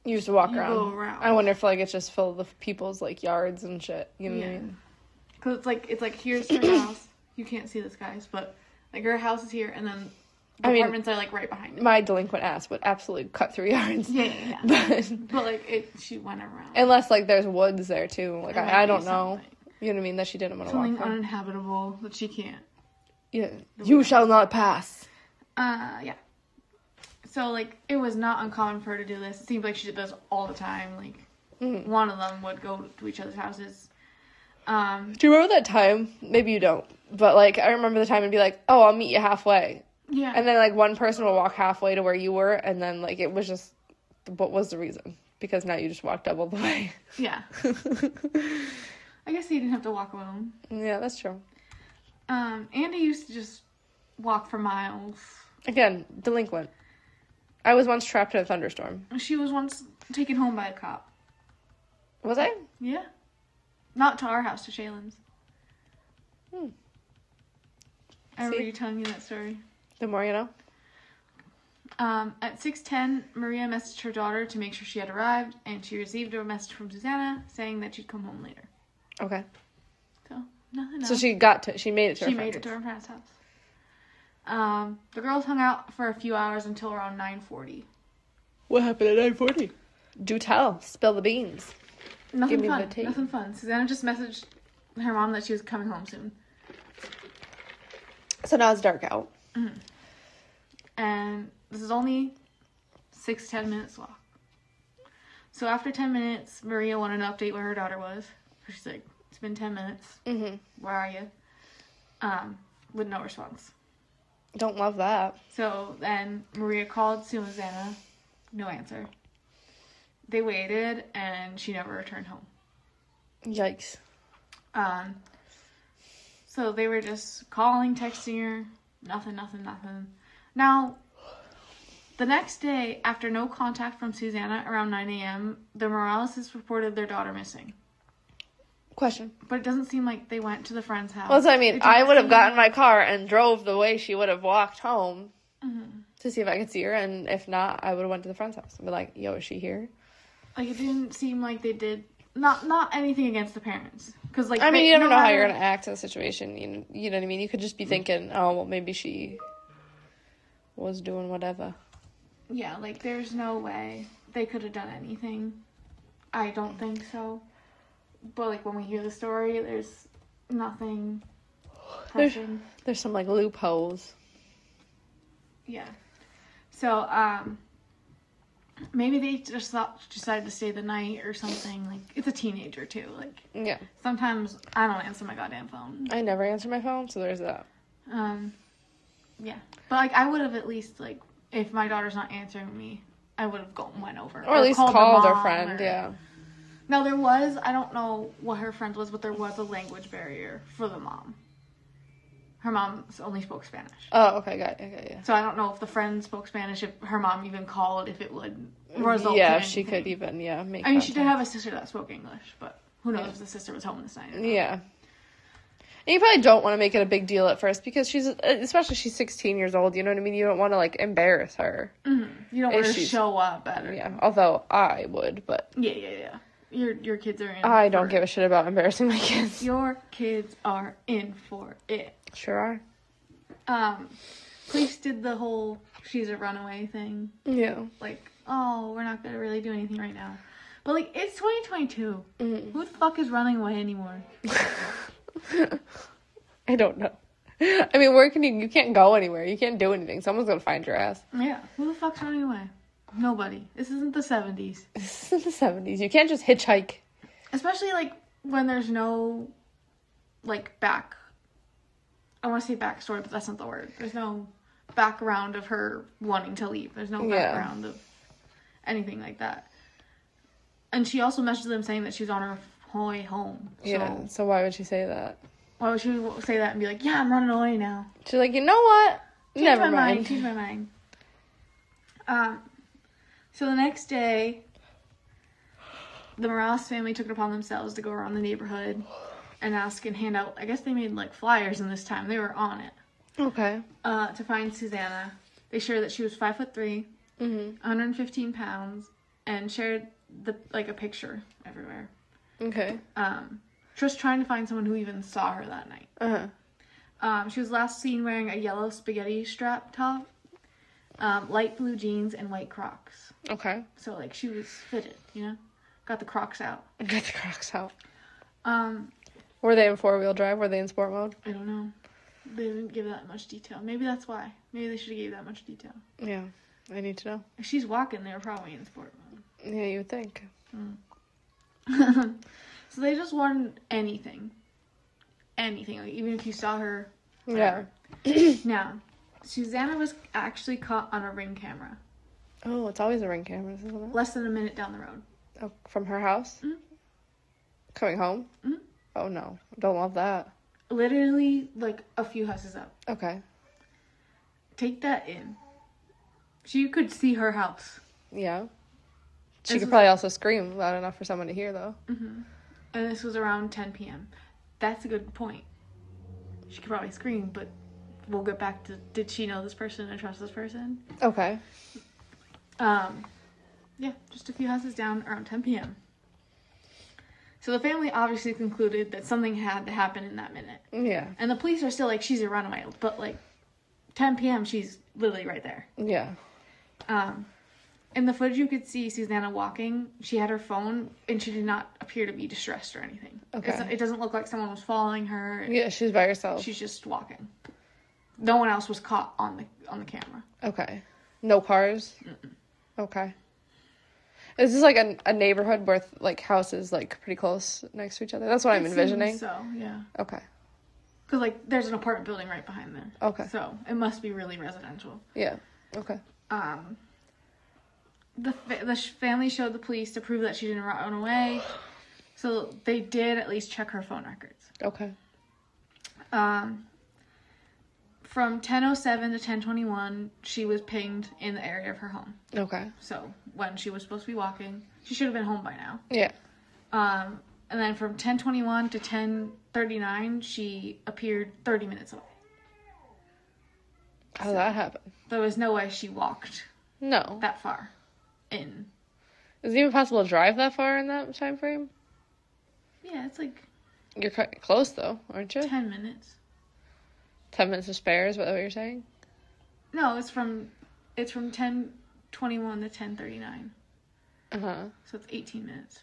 [SPEAKER 1] You just walk
[SPEAKER 2] You
[SPEAKER 1] around.
[SPEAKER 2] go around.
[SPEAKER 1] I wonder if like it's just filled with people's like yards and shit. You know what I
[SPEAKER 2] Yeah.
[SPEAKER 1] mean?
[SPEAKER 2] Cause it's like it's like here's her house. You can't see this, guys, but like her house is here, and then the
[SPEAKER 1] I mean-
[SPEAKER 2] apartments are like right behind it.
[SPEAKER 1] My delinquent ass would absolutely cut through yards.
[SPEAKER 2] Yeah, yeah. yeah.
[SPEAKER 1] But
[SPEAKER 2] but like it, she went around.
[SPEAKER 1] unless like there's woods there too, like
[SPEAKER 2] There might
[SPEAKER 1] I, I
[SPEAKER 2] be
[SPEAKER 1] don't know.
[SPEAKER 2] something.
[SPEAKER 1] You know what I mean? That she didn't want to walk.
[SPEAKER 2] Something
[SPEAKER 1] through.
[SPEAKER 2] uninhabitable that she can't.
[SPEAKER 1] yeah. You shall not pass.
[SPEAKER 2] Uh, yeah. So like it was not uncommon for her to do this. It seems like she did this all the time. Like
[SPEAKER 1] Mhm.
[SPEAKER 2] one of them would go to each other's houses. Um,
[SPEAKER 1] Do you remember that time? Maybe you don't, but like I remember the time and be like, "Oh, I'll meet you halfway,"
[SPEAKER 2] yeah.
[SPEAKER 1] and then like one person will walk halfway to where you were, and then like it was just, what was the reason? Because now you just walked double the way.
[SPEAKER 2] yeah. I guess he didn't have to walk alone.
[SPEAKER 1] yeah, that's true.
[SPEAKER 2] Um, Andy used to just walk for miles.
[SPEAKER 1] Again, delinquent. I was once trapped in a thunderstorm.
[SPEAKER 2] She was once taken home by a cop.
[SPEAKER 1] Was I?
[SPEAKER 2] Yeah. Not to our house, to Shaylin's.
[SPEAKER 1] Hmm.
[SPEAKER 2] I remember
[SPEAKER 1] See?
[SPEAKER 2] you telling me that story.
[SPEAKER 1] The more you know.
[SPEAKER 2] Um, at 6.10, Maria messaged her daughter to make sure she had arrived, and she received a message from Susanna saying that she'd come home later.
[SPEAKER 1] Okay.
[SPEAKER 2] So, nothing else.
[SPEAKER 1] So she got to. She made it to.
[SPEAKER 2] She
[SPEAKER 1] her
[SPEAKER 2] made
[SPEAKER 1] friend's
[SPEAKER 2] it to
[SPEAKER 1] house.
[SPEAKER 2] her parents' house. Um, the girls hung out for a few hours until around 9.40.
[SPEAKER 1] What happened at nine forty? Do tell. Spill the beans.
[SPEAKER 2] Nothing
[SPEAKER 1] me the
[SPEAKER 2] fun.
[SPEAKER 1] tea.
[SPEAKER 2] Nothing fun. Susanna just messaged her mom that she was coming home soon.
[SPEAKER 1] So now it's dark out.
[SPEAKER 2] and this is only six ten minutes long. So after ten minutes, Maria wanted an update where her daughter was. She's like, "It's been ten minutes.
[SPEAKER 1] Mm-hmm.
[SPEAKER 2] Where are you?" Um, with no response.
[SPEAKER 1] Don't love that.
[SPEAKER 2] So then Maria called Susanna, no answer. They waited, and she never returned home.
[SPEAKER 1] Yikes.
[SPEAKER 2] Um, so they were just calling, texting her, nothing, nothing, nothing. Now, the next day, after no contact from Susanna around 9 a.m., the Moraleses reported their daughter missing.
[SPEAKER 1] Question.
[SPEAKER 2] But it doesn't seem like they went to the friend's house.
[SPEAKER 1] Well, so I
[SPEAKER 2] It
[SPEAKER 1] mean,
[SPEAKER 2] doesn't
[SPEAKER 1] I would have
[SPEAKER 2] seem-
[SPEAKER 1] gotten my car and drove the way she would have walked home
[SPEAKER 2] Mhm.
[SPEAKER 1] to see if I could see her, and if not, I would have went to the friend's house and be like, "Yo, is she here?"
[SPEAKER 2] Like it didn't seem like they did. Not not anything against the parents, because like
[SPEAKER 1] I mean,
[SPEAKER 2] they-
[SPEAKER 1] you never
[SPEAKER 2] no
[SPEAKER 1] know how
[SPEAKER 2] matter-
[SPEAKER 1] you're gonna act in a situation. You know, you know what I mean. You could just be thinking, "Oh, well, maybe she was doing whatever."
[SPEAKER 2] Yeah, like there's no way they could have done anything. I don't think so. But like when we hear the story, there's nothing
[SPEAKER 1] There's-
[SPEAKER 2] pressing.
[SPEAKER 1] There's some like loopholes.
[SPEAKER 2] Yeah. So um maybe they just thought decided to stay the night or something. Like it's a teenager too. Like
[SPEAKER 1] Yeah,
[SPEAKER 2] sometimes I don't answer my goddamn phone.
[SPEAKER 1] I never answer my phone, so there's that.
[SPEAKER 2] Um yeah. But like I would have at least like if my daughter's not answering me, I would have gone went over.
[SPEAKER 1] Or at least called,
[SPEAKER 2] their
[SPEAKER 1] her
[SPEAKER 2] mom
[SPEAKER 1] friend.
[SPEAKER 2] or-
[SPEAKER 1] Yeah.
[SPEAKER 2] Now there was I don't know what her friend was, but there was a language barrier for the mom. Her mom s- only spoke Spanish,
[SPEAKER 1] Oh, okay, got it. Okay, yeah.
[SPEAKER 2] so I don't know if the friend spoke Spanish, if her mom even called, if it would result.
[SPEAKER 1] yeah,
[SPEAKER 2] in
[SPEAKER 1] if she could
[SPEAKER 2] anything.
[SPEAKER 1] even, yeah, make.
[SPEAKER 2] I mean, she did
[SPEAKER 1] contact.
[SPEAKER 2] have a sister that spoke English, but who knows if the sister was home this night? or not.
[SPEAKER 1] Yeah. And you probably don't want to make it a big deal at first because she's, especially she's 16 years old. You know what I mean? You don't want to like embarrass her.
[SPEAKER 2] you don't want her to
[SPEAKER 1] Issues.
[SPEAKER 2] show up at her. Yeah,
[SPEAKER 1] Yeah. Although I would, but
[SPEAKER 2] yeah, yeah. yeah. Your your kids are in.
[SPEAKER 1] I don't
[SPEAKER 2] for-
[SPEAKER 1] give a shit about embarrassing my kids.
[SPEAKER 2] Your kids are in for it.
[SPEAKER 1] Sure are.
[SPEAKER 2] Um, police did the whole she's a runaway thing.
[SPEAKER 1] Yeah.
[SPEAKER 2] like, oh, we're not gonna really do anything right now. But like, it's 2022.
[SPEAKER 1] Mm.
[SPEAKER 2] Who the fuck is running away anymore?
[SPEAKER 1] I don't know. I mean, where can you? You can't go anywhere. You can't do anything. Someone's gonna find your ass.
[SPEAKER 2] Yeah. Who the fuck's on your way? Nobody. This isn't the 70s.
[SPEAKER 1] This is the seventies. You can't just hitchhike.
[SPEAKER 2] Especially like when there's no like back I want to say backstory, but that's not the word. There's no background of her wanting to leave. There's no
[SPEAKER 1] Yeah.
[SPEAKER 2] background of anything like that. And she also messaged them saying that she was on her way home. So
[SPEAKER 1] Yeah. So why would she say that?
[SPEAKER 2] why would she say that and be like, "Yeah, I'm running away now"?
[SPEAKER 1] She's like, you know what?
[SPEAKER 2] Change
[SPEAKER 1] Never
[SPEAKER 2] my
[SPEAKER 1] mind.
[SPEAKER 2] Change my mind. Um, so the next day, the Morales family took it upon themselves to go around the neighborhood and ask and hand out. I guess they made like flyers, and this time they were on it
[SPEAKER 1] Okay.
[SPEAKER 2] uh, to find Susanna. They shared that she was five foot three,
[SPEAKER 1] Mm-hmm.
[SPEAKER 2] 115 pounds, and shared the like a picture everywhere.
[SPEAKER 1] Okay.
[SPEAKER 2] Um, just trying to find someone who even saw her that night.
[SPEAKER 1] Uh huh.
[SPEAKER 2] Um, she was last seen wearing a yellow spaghetti strap top, um, light blue jeans, and white Crocs.
[SPEAKER 1] Okay.
[SPEAKER 2] So like she was fitted, you know, got the Crocs out.
[SPEAKER 1] Got the Crocs out.
[SPEAKER 2] Um,
[SPEAKER 1] Were they in four wheel drive? Were they in sport mode?
[SPEAKER 2] I don't know. They didn't give that much detail. Maybe that's why. Maybe they should have gave that much detail.
[SPEAKER 1] Yeah. I need to know.
[SPEAKER 2] If she's walking, they were probably in sport mode.
[SPEAKER 1] Yeah, you would think.
[SPEAKER 2] so they just wanted anything, anything. Like even if you saw her.
[SPEAKER 1] Yeah.
[SPEAKER 2] now, Susanna was actually caught on a ring camera
[SPEAKER 1] Oh, it's always a ring camera, isn't it?
[SPEAKER 2] less than a minute down the road.
[SPEAKER 1] Oh, from her house.
[SPEAKER 2] Mhm.
[SPEAKER 1] Coming home.
[SPEAKER 2] Mhm.
[SPEAKER 1] Oh no! Don't love that.
[SPEAKER 2] Literally like a few houses up.
[SPEAKER 1] Okay.
[SPEAKER 2] Take that in. She could see her house.
[SPEAKER 1] Yeah. She
[SPEAKER 2] This
[SPEAKER 1] could
[SPEAKER 2] was-
[SPEAKER 1] probably also scream loud enough for someone to hear, though.
[SPEAKER 2] hmm And this was around 10 p.m. That's a good point. She could probably scream, but we'll get back to did she know this person and trust this person?
[SPEAKER 1] Okay.
[SPEAKER 2] Um, yeah, just a few houses down around 10 p.m. So the family obviously concluded that something had to happen in that minute.
[SPEAKER 1] Yeah.
[SPEAKER 2] And the police are still like, she's a runaway, but like 10 p.m., she's literally right there.
[SPEAKER 1] Yeah.
[SPEAKER 2] Um, in the footage, you could see Susanna walking. She had her phone, and she did not appear to be distressed or anything.
[SPEAKER 1] Okay.
[SPEAKER 2] It's- it doesn't look like someone was following her.
[SPEAKER 1] Yeah. She's by herself.
[SPEAKER 2] She's just walking. No one else was caught on the on the camera.
[SPEAKER 1] Okay. No cars? Okay. Is this like a, a neighborhood where like houses like pretty close next to each other? That's what I'm
[SPEAKER 2] It seems
[SPEAKER 1] envisioning.
[SPEAKER 2] So yeah,
[SPEAKER 1] Okay.
[SPEAKER 2] because like there's an apartment building right behind there.
[SPEAKER 1] Okay.
[SPEAKER 2] So it must be really residential.
[SPEAKER 1] Yeah. Okay.
[SPEAKER 2] Um. The fa- the sh- family showed the police to prove that she didn't run away, so they did at least check her phone records.
[SPEAKER 1] Okay.
[SPEAKER 2] Um, from 10:07 to 10:21, she was pinged in the area of her home.
[SPEAKER 1] Okay.
[SPEAKER 2] So when she was supposed to be walking, she should have been home by now.
[SPEAKER 1] Yeah.
[SPEAKER 2] Um, and then from 10:21 to 10:39, she appeared 30 minutes away.
[SPEAKER 1] How did that happen?
[SPEAKER 2] There was no way she walked
[SPEAKER 1] No.
[SPEAKER 2] that far. In
[SPEAKER 1] Is it even possible to drive that far in that time frame?
[SPEAKER 2] yeah, it's like
[SPEAKER 1] You're cu- close though, aren't you?
[SPEAKER 2] 10 minutes.
[SPEAKER 1] Ten minutes to spare is what you're saying.
[SPEAKER 2] No, it's from it's from 10:21 to 10:39.
[SPEAKER 1] Uh huh.
[SPEAKER 2] So it's 18 minutes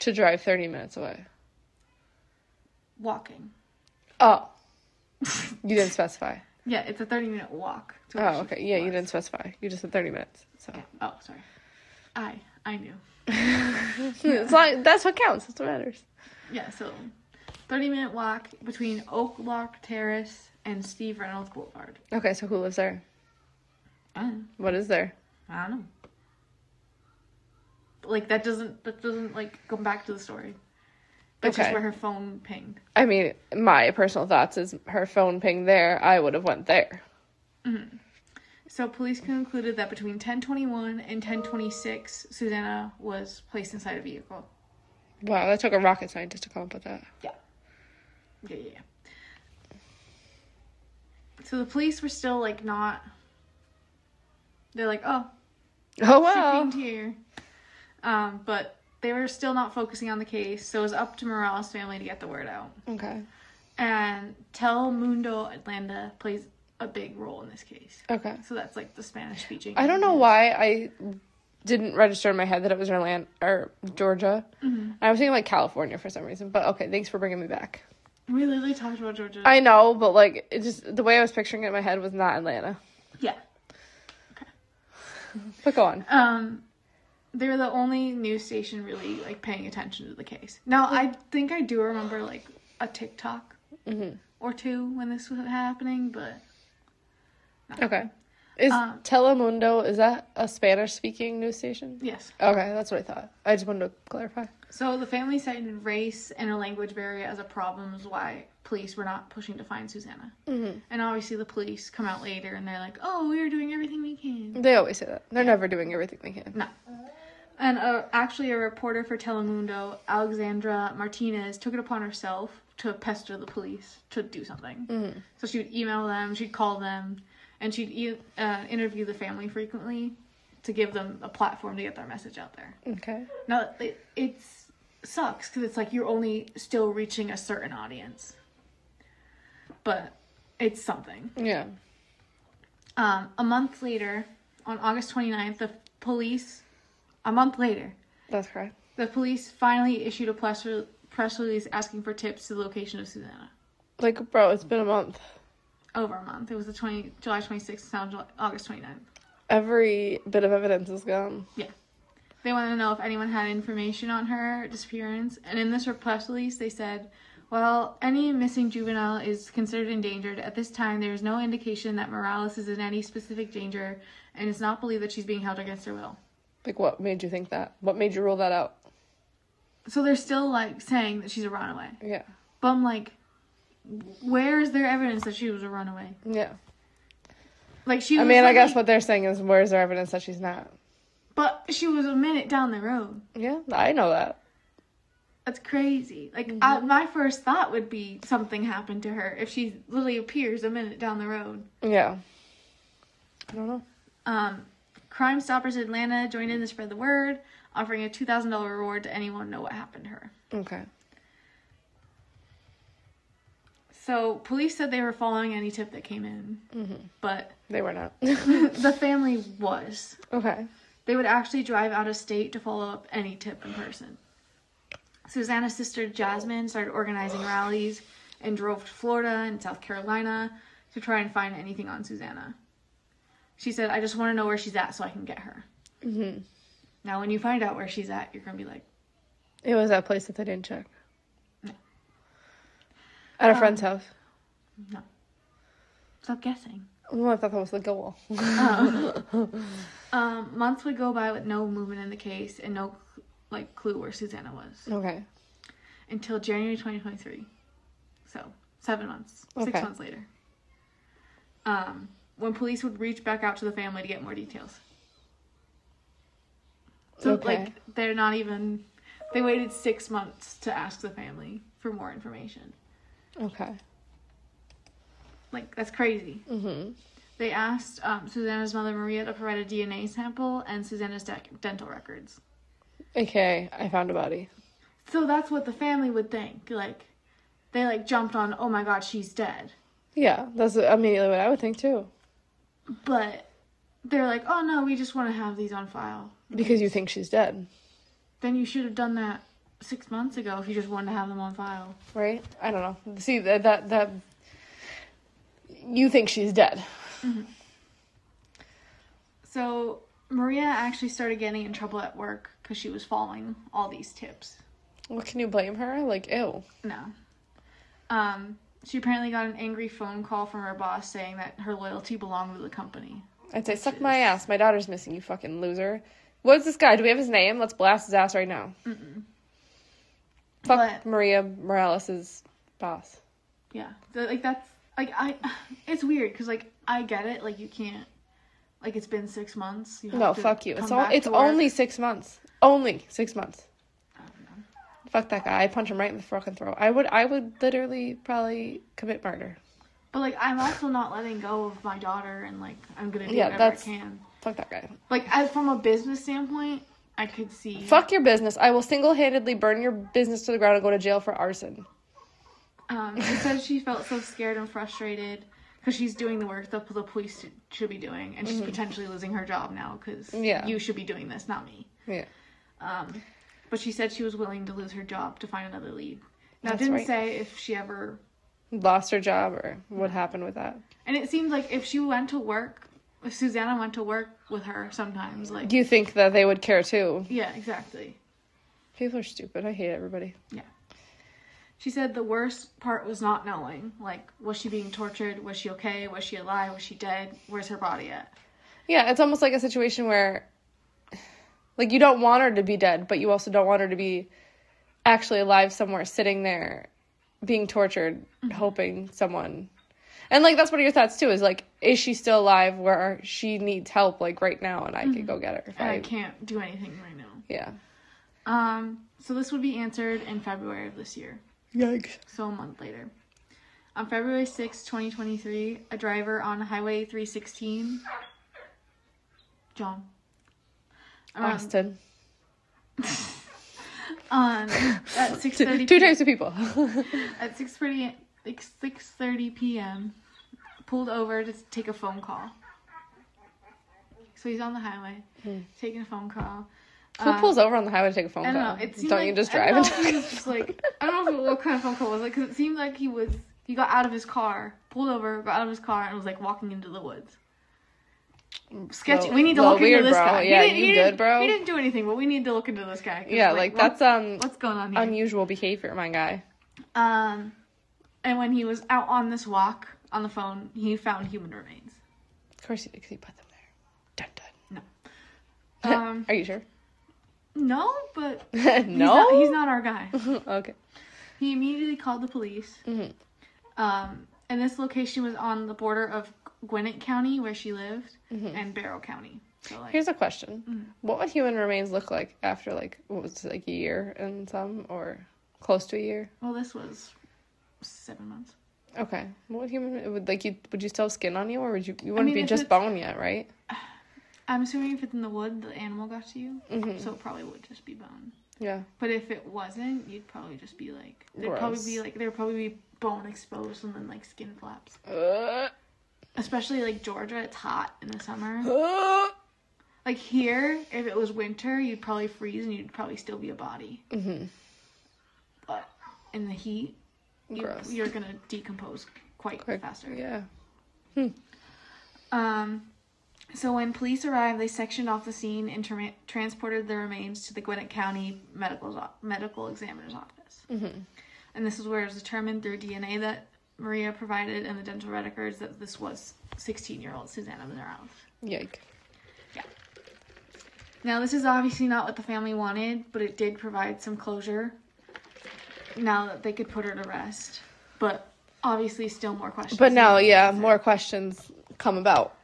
[SPEAKER 1] To drive thirty minutes away.
[SPEAKER 2] walking.
[SPEAKER 1] Oh, you didn't specify.
[SPEAKER 2] Yeah, it's a 30 minute walk. to where
[SPEAKER 1] Oh,
[SPEAKER 2] she
[SPEAKER 1] okay. Yeah, you
[SPEAKER 2] was.
[SPEAKER 1] didn't specify. You just said thirty minutes. So
[SPEAKER 2] Yeah. Oh, sorry. I I knew.
[SPEAKER 1] it's like that's what counts. That's what matters.
[SPEAKER 2] Yeah, so 30 minute walk between Oak Lock Terrace and Steve Reynolds Boulevard.
[SPEAKER 1] Okay, so who lives there?
[SPEAKER 2] I don't know.
[SPEAKER 1] What is there?
[SPEAKER 2] I don't know. Like that doesn't that doesn't like come back to the story. That's just
[SPEAKER 1] Okay.
[SPEAKER 2] where her phone pinged.
[SPEAKER 1] I mean, my personal thoughts is her phone ping there. I would have went there.
[SPEAKER 2] So police concluded that between 1021 and 1026, Susanna was placed inside a vehicle.
[SPEAKER 1] Wow, that took a rocket scientist to come up with that.
[SPEAKER 2] Yeah, yeah. yeah. So the police were still like not. They're like, oh,
[SPEAKER 1] Oh
[SPEAKER 2] She
[SPEAKER 1] wow.
[SPEAKER 2] pinged here. Um, but they were still not focusing on the case, so it was up to Morales' family to get the word out.
[SPEAKER 1] Okay.
[SPEAKER 2] And Telemundo Atlanta plays a big role in this case.
[SPEAKER 1] Okay.
[SPEAKER 2] So that's like the Spanish speaking.
[SPEAKER 1] I don't know why I didn't register in my head that it was Mm-hmm. Orlando or Georgia. I was thinking like California for some reason, but okay. Thanks for bringing me back.
[SPEAKER 2] We literally talked about Georgia.
[SPEAKER 1] I know, but like it just the way I was picturing it in my head was not Atlanta.
[SPEAKER 2] yeah.
[SPEAKER 1] But go on.
[SPEAKER 2] Um, they were the only news station really like paying attention to the case. Now I think I do remember like a TikTok
[SPEAKER 1] Mhm.
[SPEAKER 2] or two when this was happening, but
[SPEAKER 1] Okay. Is
[SPEAKER 2] Um,
[SPEAKER 1] Telemundo is that a Spanish speaking news station?
[SPEAKER 2] yes.
[SPEAKER 1] Okay, that's what I thought. I just wanted to clarify.
[SPEAKER 2] So the family cited race and a language barrier as a problem is why police were not pushing to find Susanna.
[SPEAKER 1] Mhm.
[SPEAKER 2] And obviously the police come out later and they're like, "Oh, we were doing everything we can."
[SPEAKER 1] They always say that. They're never doing everything they can.
[SPEAKER 2] No. And uh, actually, a reporter for Telemundo, Alexandra Martinez, took it upon herself to pester the police to do something. So she would email them, she'd call them, and she'd e- uh, interview the family frequently to give them a platform to get their message out there.
[SPEAKER 1] Okay.
[SPEAKER 2] Now, it it's, sucks because it's like you're only still reaching a certain audience, but it's something.
[SPEAKER 1] Yeah.
[SPEAKER 2] Um, a month later, on August 29th, the police, a month later,
[SPEAKER 1] That's correct.
[SPEAKER 2] the police finally issued a press, re- press release asking for tips to the location of Susanna.
[SPEAKER 1] Like, bro, it's been a month.
[SPEAKER 2] Over a month. It was the 20, July 26th, now July, August 29th.
[SPEAKER 1] Every bit of evidence is gone.
[SPEAKER 2] They wanted to know if anyone had information on her disappearance. And in this press release, they said, well, any missing juvenile is considered endangered. At this time, there is no indication that Morales is in any specific danger, and it's not believed that she's being held against her will.
[SPEAKER 1] Like, what made you think that? What made you rule that out?
[SPEAKER 2] So they're still like saying that she's a runaway.
[SPEAKER 1] Yeah.
[SPEAKER 2] But I'm like, where is there evidence that she was a runaway?
[SPEAKER 1] Yeah.
[SPEAKER 2] Like she.
[SPEAKER 1] I
[SPEAKER 2] was,
[SPEAKER 1] mean, I
[SPEAKER 2] like-
[SPEAKER 1] guess what they're saying is, where's there evidence that she's not?
[SPEAKER 2] But she was a minute down the road.
[SPEAKER 1] Yeah, I know that.
[SPEAKER 2] That's crazy. Like I,
[SPEAKER 1] Mm-hmm.
[SPEAKER 2] my first thought would be something happened to her if she literally appears a minute down the road.
[SPEAKER 1] Yeah. I don't know.
[SPEAKER 2] Um, Crime Stoppers Atlanta joined in to spread the word, offering a two thousand dollar reward to anyone know what happened to her.
[SPEAKER 1] Okay.
[SPEAKER 2] So police said they were following any tip that came in,
[SPEAKER 1] Mm-hmm.
[SPEAKER 2] but
[SPEAKER 1] They were not.
[SPEAKER 2] the family was.
[SPEAKER 1] okay.
[SPEAKER 2] They would actually drive out of state to follow up any tip in person. Susanna's sister Jasmine started organizing rallies and drove to Florida and South Carolina to try and find anything on Susanna. She said, I just want to know where she's at so I can get her.
[SPEAKER 1] hmm
[SPEAKER 2] Now, when you find out where she's at, you're going to be like,
[SPEAKER 1] It was that place that they didn't check. At a friend's house.
[SPEAKER 2] stop guessing.
[SPEAKER 1] Oh, I thought that was the goal.
[SPEAKER 2] Um, months would go by with no movement in the case and no like clue where Susanna was
[SPEAKER 1] Okay.
[SPEAKER 2] until January 2023. So, seven months,
[SPEAKER 1] Okay.
[SPEAKER 2] six months later. Um, when police would reach back out to the family to get more details. So,
[SPEAKER 1] Okay.
[SPEAKER 2] like, they're not even, they waited six months to ask the family for more information.
[SPEAKER 1] Okay.
[SPEAKER 2] Like, that's crazy.
[SPEAKER 1] hmm
[SPEAKER 2] They asked um, Susanna's mother, Maria, to provide a DNA sample and Susanna's dec dental records.
[SPEAKER 1] Okay, I found a body.
[SPEAKER 2] So that's what the family would think. Like, they like jumped on, oh my god, she's dead.
[SPEAKER 1] Yeah, that's immediately what I would think too.
[SPEAKER 2] But they're like, oh no, we just want to have these on file.
[SPEAKER 1] Because you think she's dead,
[SPEAKER 2] Then you should have done that six months ago if you just wanted to have them on file.
[SPEAKER 1] right? I don't know. See that that that you think she's dead.
[SPEAKER 2] So Maria actually started getting in trouble at work because she was following all these tips.
[SPEAKER 1] Well, can you blame her? Like, ew.
[SPEAKER 2] No. Um, she apparently got an angry phone call from her boss saying that her loyalty belonged to the company.
[SPEAKER 1] I'd say suck my ass. My daughter's missing. You fucking loser. What's this guy? Do we have his name? Let's blast his ass right now. Fuck
[SPEAKER 2] But-
[SPEAKER 1] Maria Morales's boss.
[SPEAKER 2] Yeah, so, like that's like I, it's weird because like I get it, like you can't, like it's been six months. You have
[SPEAKER 1] No,
[SPEAKER 2] to
[SPEAKER 1] fuck you.
[SPEAKER 2] come
[SPEAKER 1] It's all,
[SPEAKER 2] back
[SPEAKER 1] it's
[SPEAKER 2] to work.
[SPEAKER 1] only six months. Only six months.
[SPEAKER 2] I don't know.
[SPEAKER 1] Fuck that guy. I punch him right in the fucking throat. I would I would literally probably commit murder.
[SPEAKER 2] But like I'm also not letting go of my daughter, and like I'm gonna do
[SPEAKER 1] Yeah,
[SPEAKER 2] whatever
[SPEAKER 1] that's-
[SPEAKER 2] I can.
[SPEAKER 1] Fuck that guy.
[SPEAKER 2] Like I, from a business standpoint, I could see.
[SPEAKER 1] Fuck your business. I will single handedly burn your business to the ground and go to jail for arson.
[SPEAKER 2] Um, she said she felt so scared and frustrated because she's doing the work that the police should be doing, and she's potentially losing her job now because
[SPEAKER 1] Mm-hmm. Yeah.
[SPEAKER 2] you should be doing this, not me.
[SPEAKER 1] Yeah.
[SPEAKER 2] Um, but she said she was willing to lose her job to find another lead. Now, it
[SPEAKER 1] That's
[SPEAKER 2] didn't
[SPEAKER 1] right.
[SPEAKER 2] say if she ever.
[SPEAKER 1] Lost her job or what happened with that.
[SPEAKER 2] And it seemed like if she went to work, if Susanna went to work with her sometimes, like.
[SPEAKER 1] You think that they would care too.
[SPEAKER 2] Yeah, exactly.
[SPEAKER 1] People are stupid. I hate everybody.
[SPEAKER 2] Yeah. She said the worst part was not knowing. Like, was she being tortured? Was she okay? Was she alive? Was she dead? Where's her body at?
[SPEAKER 1] Yeah, it's almost like a situation where like you don't want her to be dead, but you also don't want her to be actually alive somewhere sitting there being tortured hoping someone and like that's one of your thoughts too is like is she still alive where she needs help like right now and i could go get her if
[SPEAKER 2] And
[SPEAKER 1] I,
[SPEAKER 2] I can't do anything right now.
[SPEAKER 1] yeah
[SPEAKER 2] Um, so this would be answered in February of this year.
[SPEAKER 1] yikes
[SPEAKER 2] So a month later. On February 6, 2023, a driver on Highway 316. John.
[SPEAKER 1] Oh,
[SPEAKER 2] Um,
[SPEAKER 1] austin
[SPEAKER 2] on at 6:30
[SPEAKER 1] two, two
[SPEAKER 2] p.m.
[SPEAKER 1] types of people
[SPEAKER 2] at 6:30 like 6:30 p.m. pulled over to take a phone call. So he's on the highway
[SPEAKER 1] Hmm.
[SPEAKER 2] taking a phone call.
[SPEAKER 1] who
[SPEAKER 2] Um,
[SPEAKER 1] pulls over on the highway to take a phone
[SPEAKER 2] I don't
[SPEAKER 1] call
[SPEAKER 2] know. It seemed
[SPEAKER 1] don't
[SPEAKER 2] like,
[SPEAKER 1] you just
[SPEAKER 2] I
[SPEAKER 1] drive and
[SPEAKER 2] don't know if he
[SPEAKER 1] talk
[SPEAKER 2] was just like I don't know if- what kind of phone call it was like because it seemed like he was he got out of his car, pulled over, got out of his car, and was like walking into the woods. Sketchy.
[SPEAKER 1] Well-
[SPEAKER 2] we need to
[SPEAKER 1] well,
[SPEAKER 2] look
[SPEAKER 1] weird,
[SPEAKER 2] into this
[SPEAKER 1] bro.
[SPEAKER 2] guy. He
[SPEAKER 1] Yeah,
[SPEAKER 2] didn't-
[SPEAKER 1] you
[SPEAKER 2] he
[SPEAKER 1] good,
[SPEAKER 2] didn't-
[SPEAKER 1] bro?
[SPEAKER 2] He didn't do anything, but we need to look into this guy. 'cause,
[SPEAKER 1] yeah like
[SPEAKER 2] what-
[SPEAKER 1] that's um
[SPEAKER 2] what's going on here.
[SPEAKER 1] unusual behavior my guy
[SPEAKER 2] Um, and when he was out on this walk on the phone, he found human remains.
[SPEAKER 1] of course he did because he put them there dun dun
[SPEAKER 2] Um,
[SPEAKER 1] are you sure
[SPEAKER 2] no, but he's
[SPEAKER 1] no
[SPEAKER 2] not- he's not our guy.
[SPEAKER 1] okay
[SPEAKER 2] He immediately called the police.
[SPEAKER 1] Mhm.
[SPEAKER 2] Um, and this location was on the border of Gwinnett County, where she lived, and Barrow County. So like,
[SPEAKER 1] Mm-hmm. Here's a question:
[SPEAKER 2] Mm.
[SPEAKER 1] What would human remains look like after like what was it, like a year and some, or close to a year?
[SPEAKER 2] well, this was seven months.
[SPEAKER 1] Okay, what would human would like you? Would you still have skin on you, or would you? You wouldn't
[SPEAKER 2] mean,
[SPEAKER 1] be
[SPEAKER 2] if
[SPEAKER 1] just
[SPEAKER 2] it's-
[SPEAKER 1] bone yet, right?
[SPEAKER 2] I'm assuming if it's in the wood, the animal got to you,
[SPEAKER 1] Mhm.
[SPEAKER 2] so it probably would just be bone.
[SPEAKER 1] Yeah,
[SPEAKER 2] But if it wasn't, you'd probably just be like, there'd probably be
[SPEAKER 1] Gross.
[SPEAKER 2] like, there'd probably be bone exposed and then like skin flaps.
[SPEAKER 1] Uh,
[SPEAKER 2] Especially like Georgia, it's hot in the summer.
[SPEAKER 1] uh.
[SPEAKER 2] Like here, if it was winter, you'd probably freeze and you'd probably still be a body.
[SPEAKER 1] Mhm.
[SPEAKER 2] But in the heat, you,
[SPEAKER 1] Gross.
[SPEAKER 2] you're gonna decompose quite faster.
[SPEAKER 1] yeah.
[SPEAKER 2] Um, so when police arrived, they sectioned off the scene and tra- transported the remains to the Gwinnett County medical medical examiner's office.
[SPEAKER 1] Mm-hmm.
[SPEAKER 2] And this is where it was determined through DNA that Maria provided and the dental records that this was 16-year-old Susanna Minerals.
[SPEAKER 1] Yike.
[SPEAKER 2] Now, this is obviously not what the family wanted, but it did provide some closure. Now that they could put her to rest, but obviously still more questions.
[SPEAKER 1] But now,
[SPEAKER 2] than
[SPEAKER 1] yeah,
[SPEAKER 2] answered.
[SPEAKER 1] more questions come about.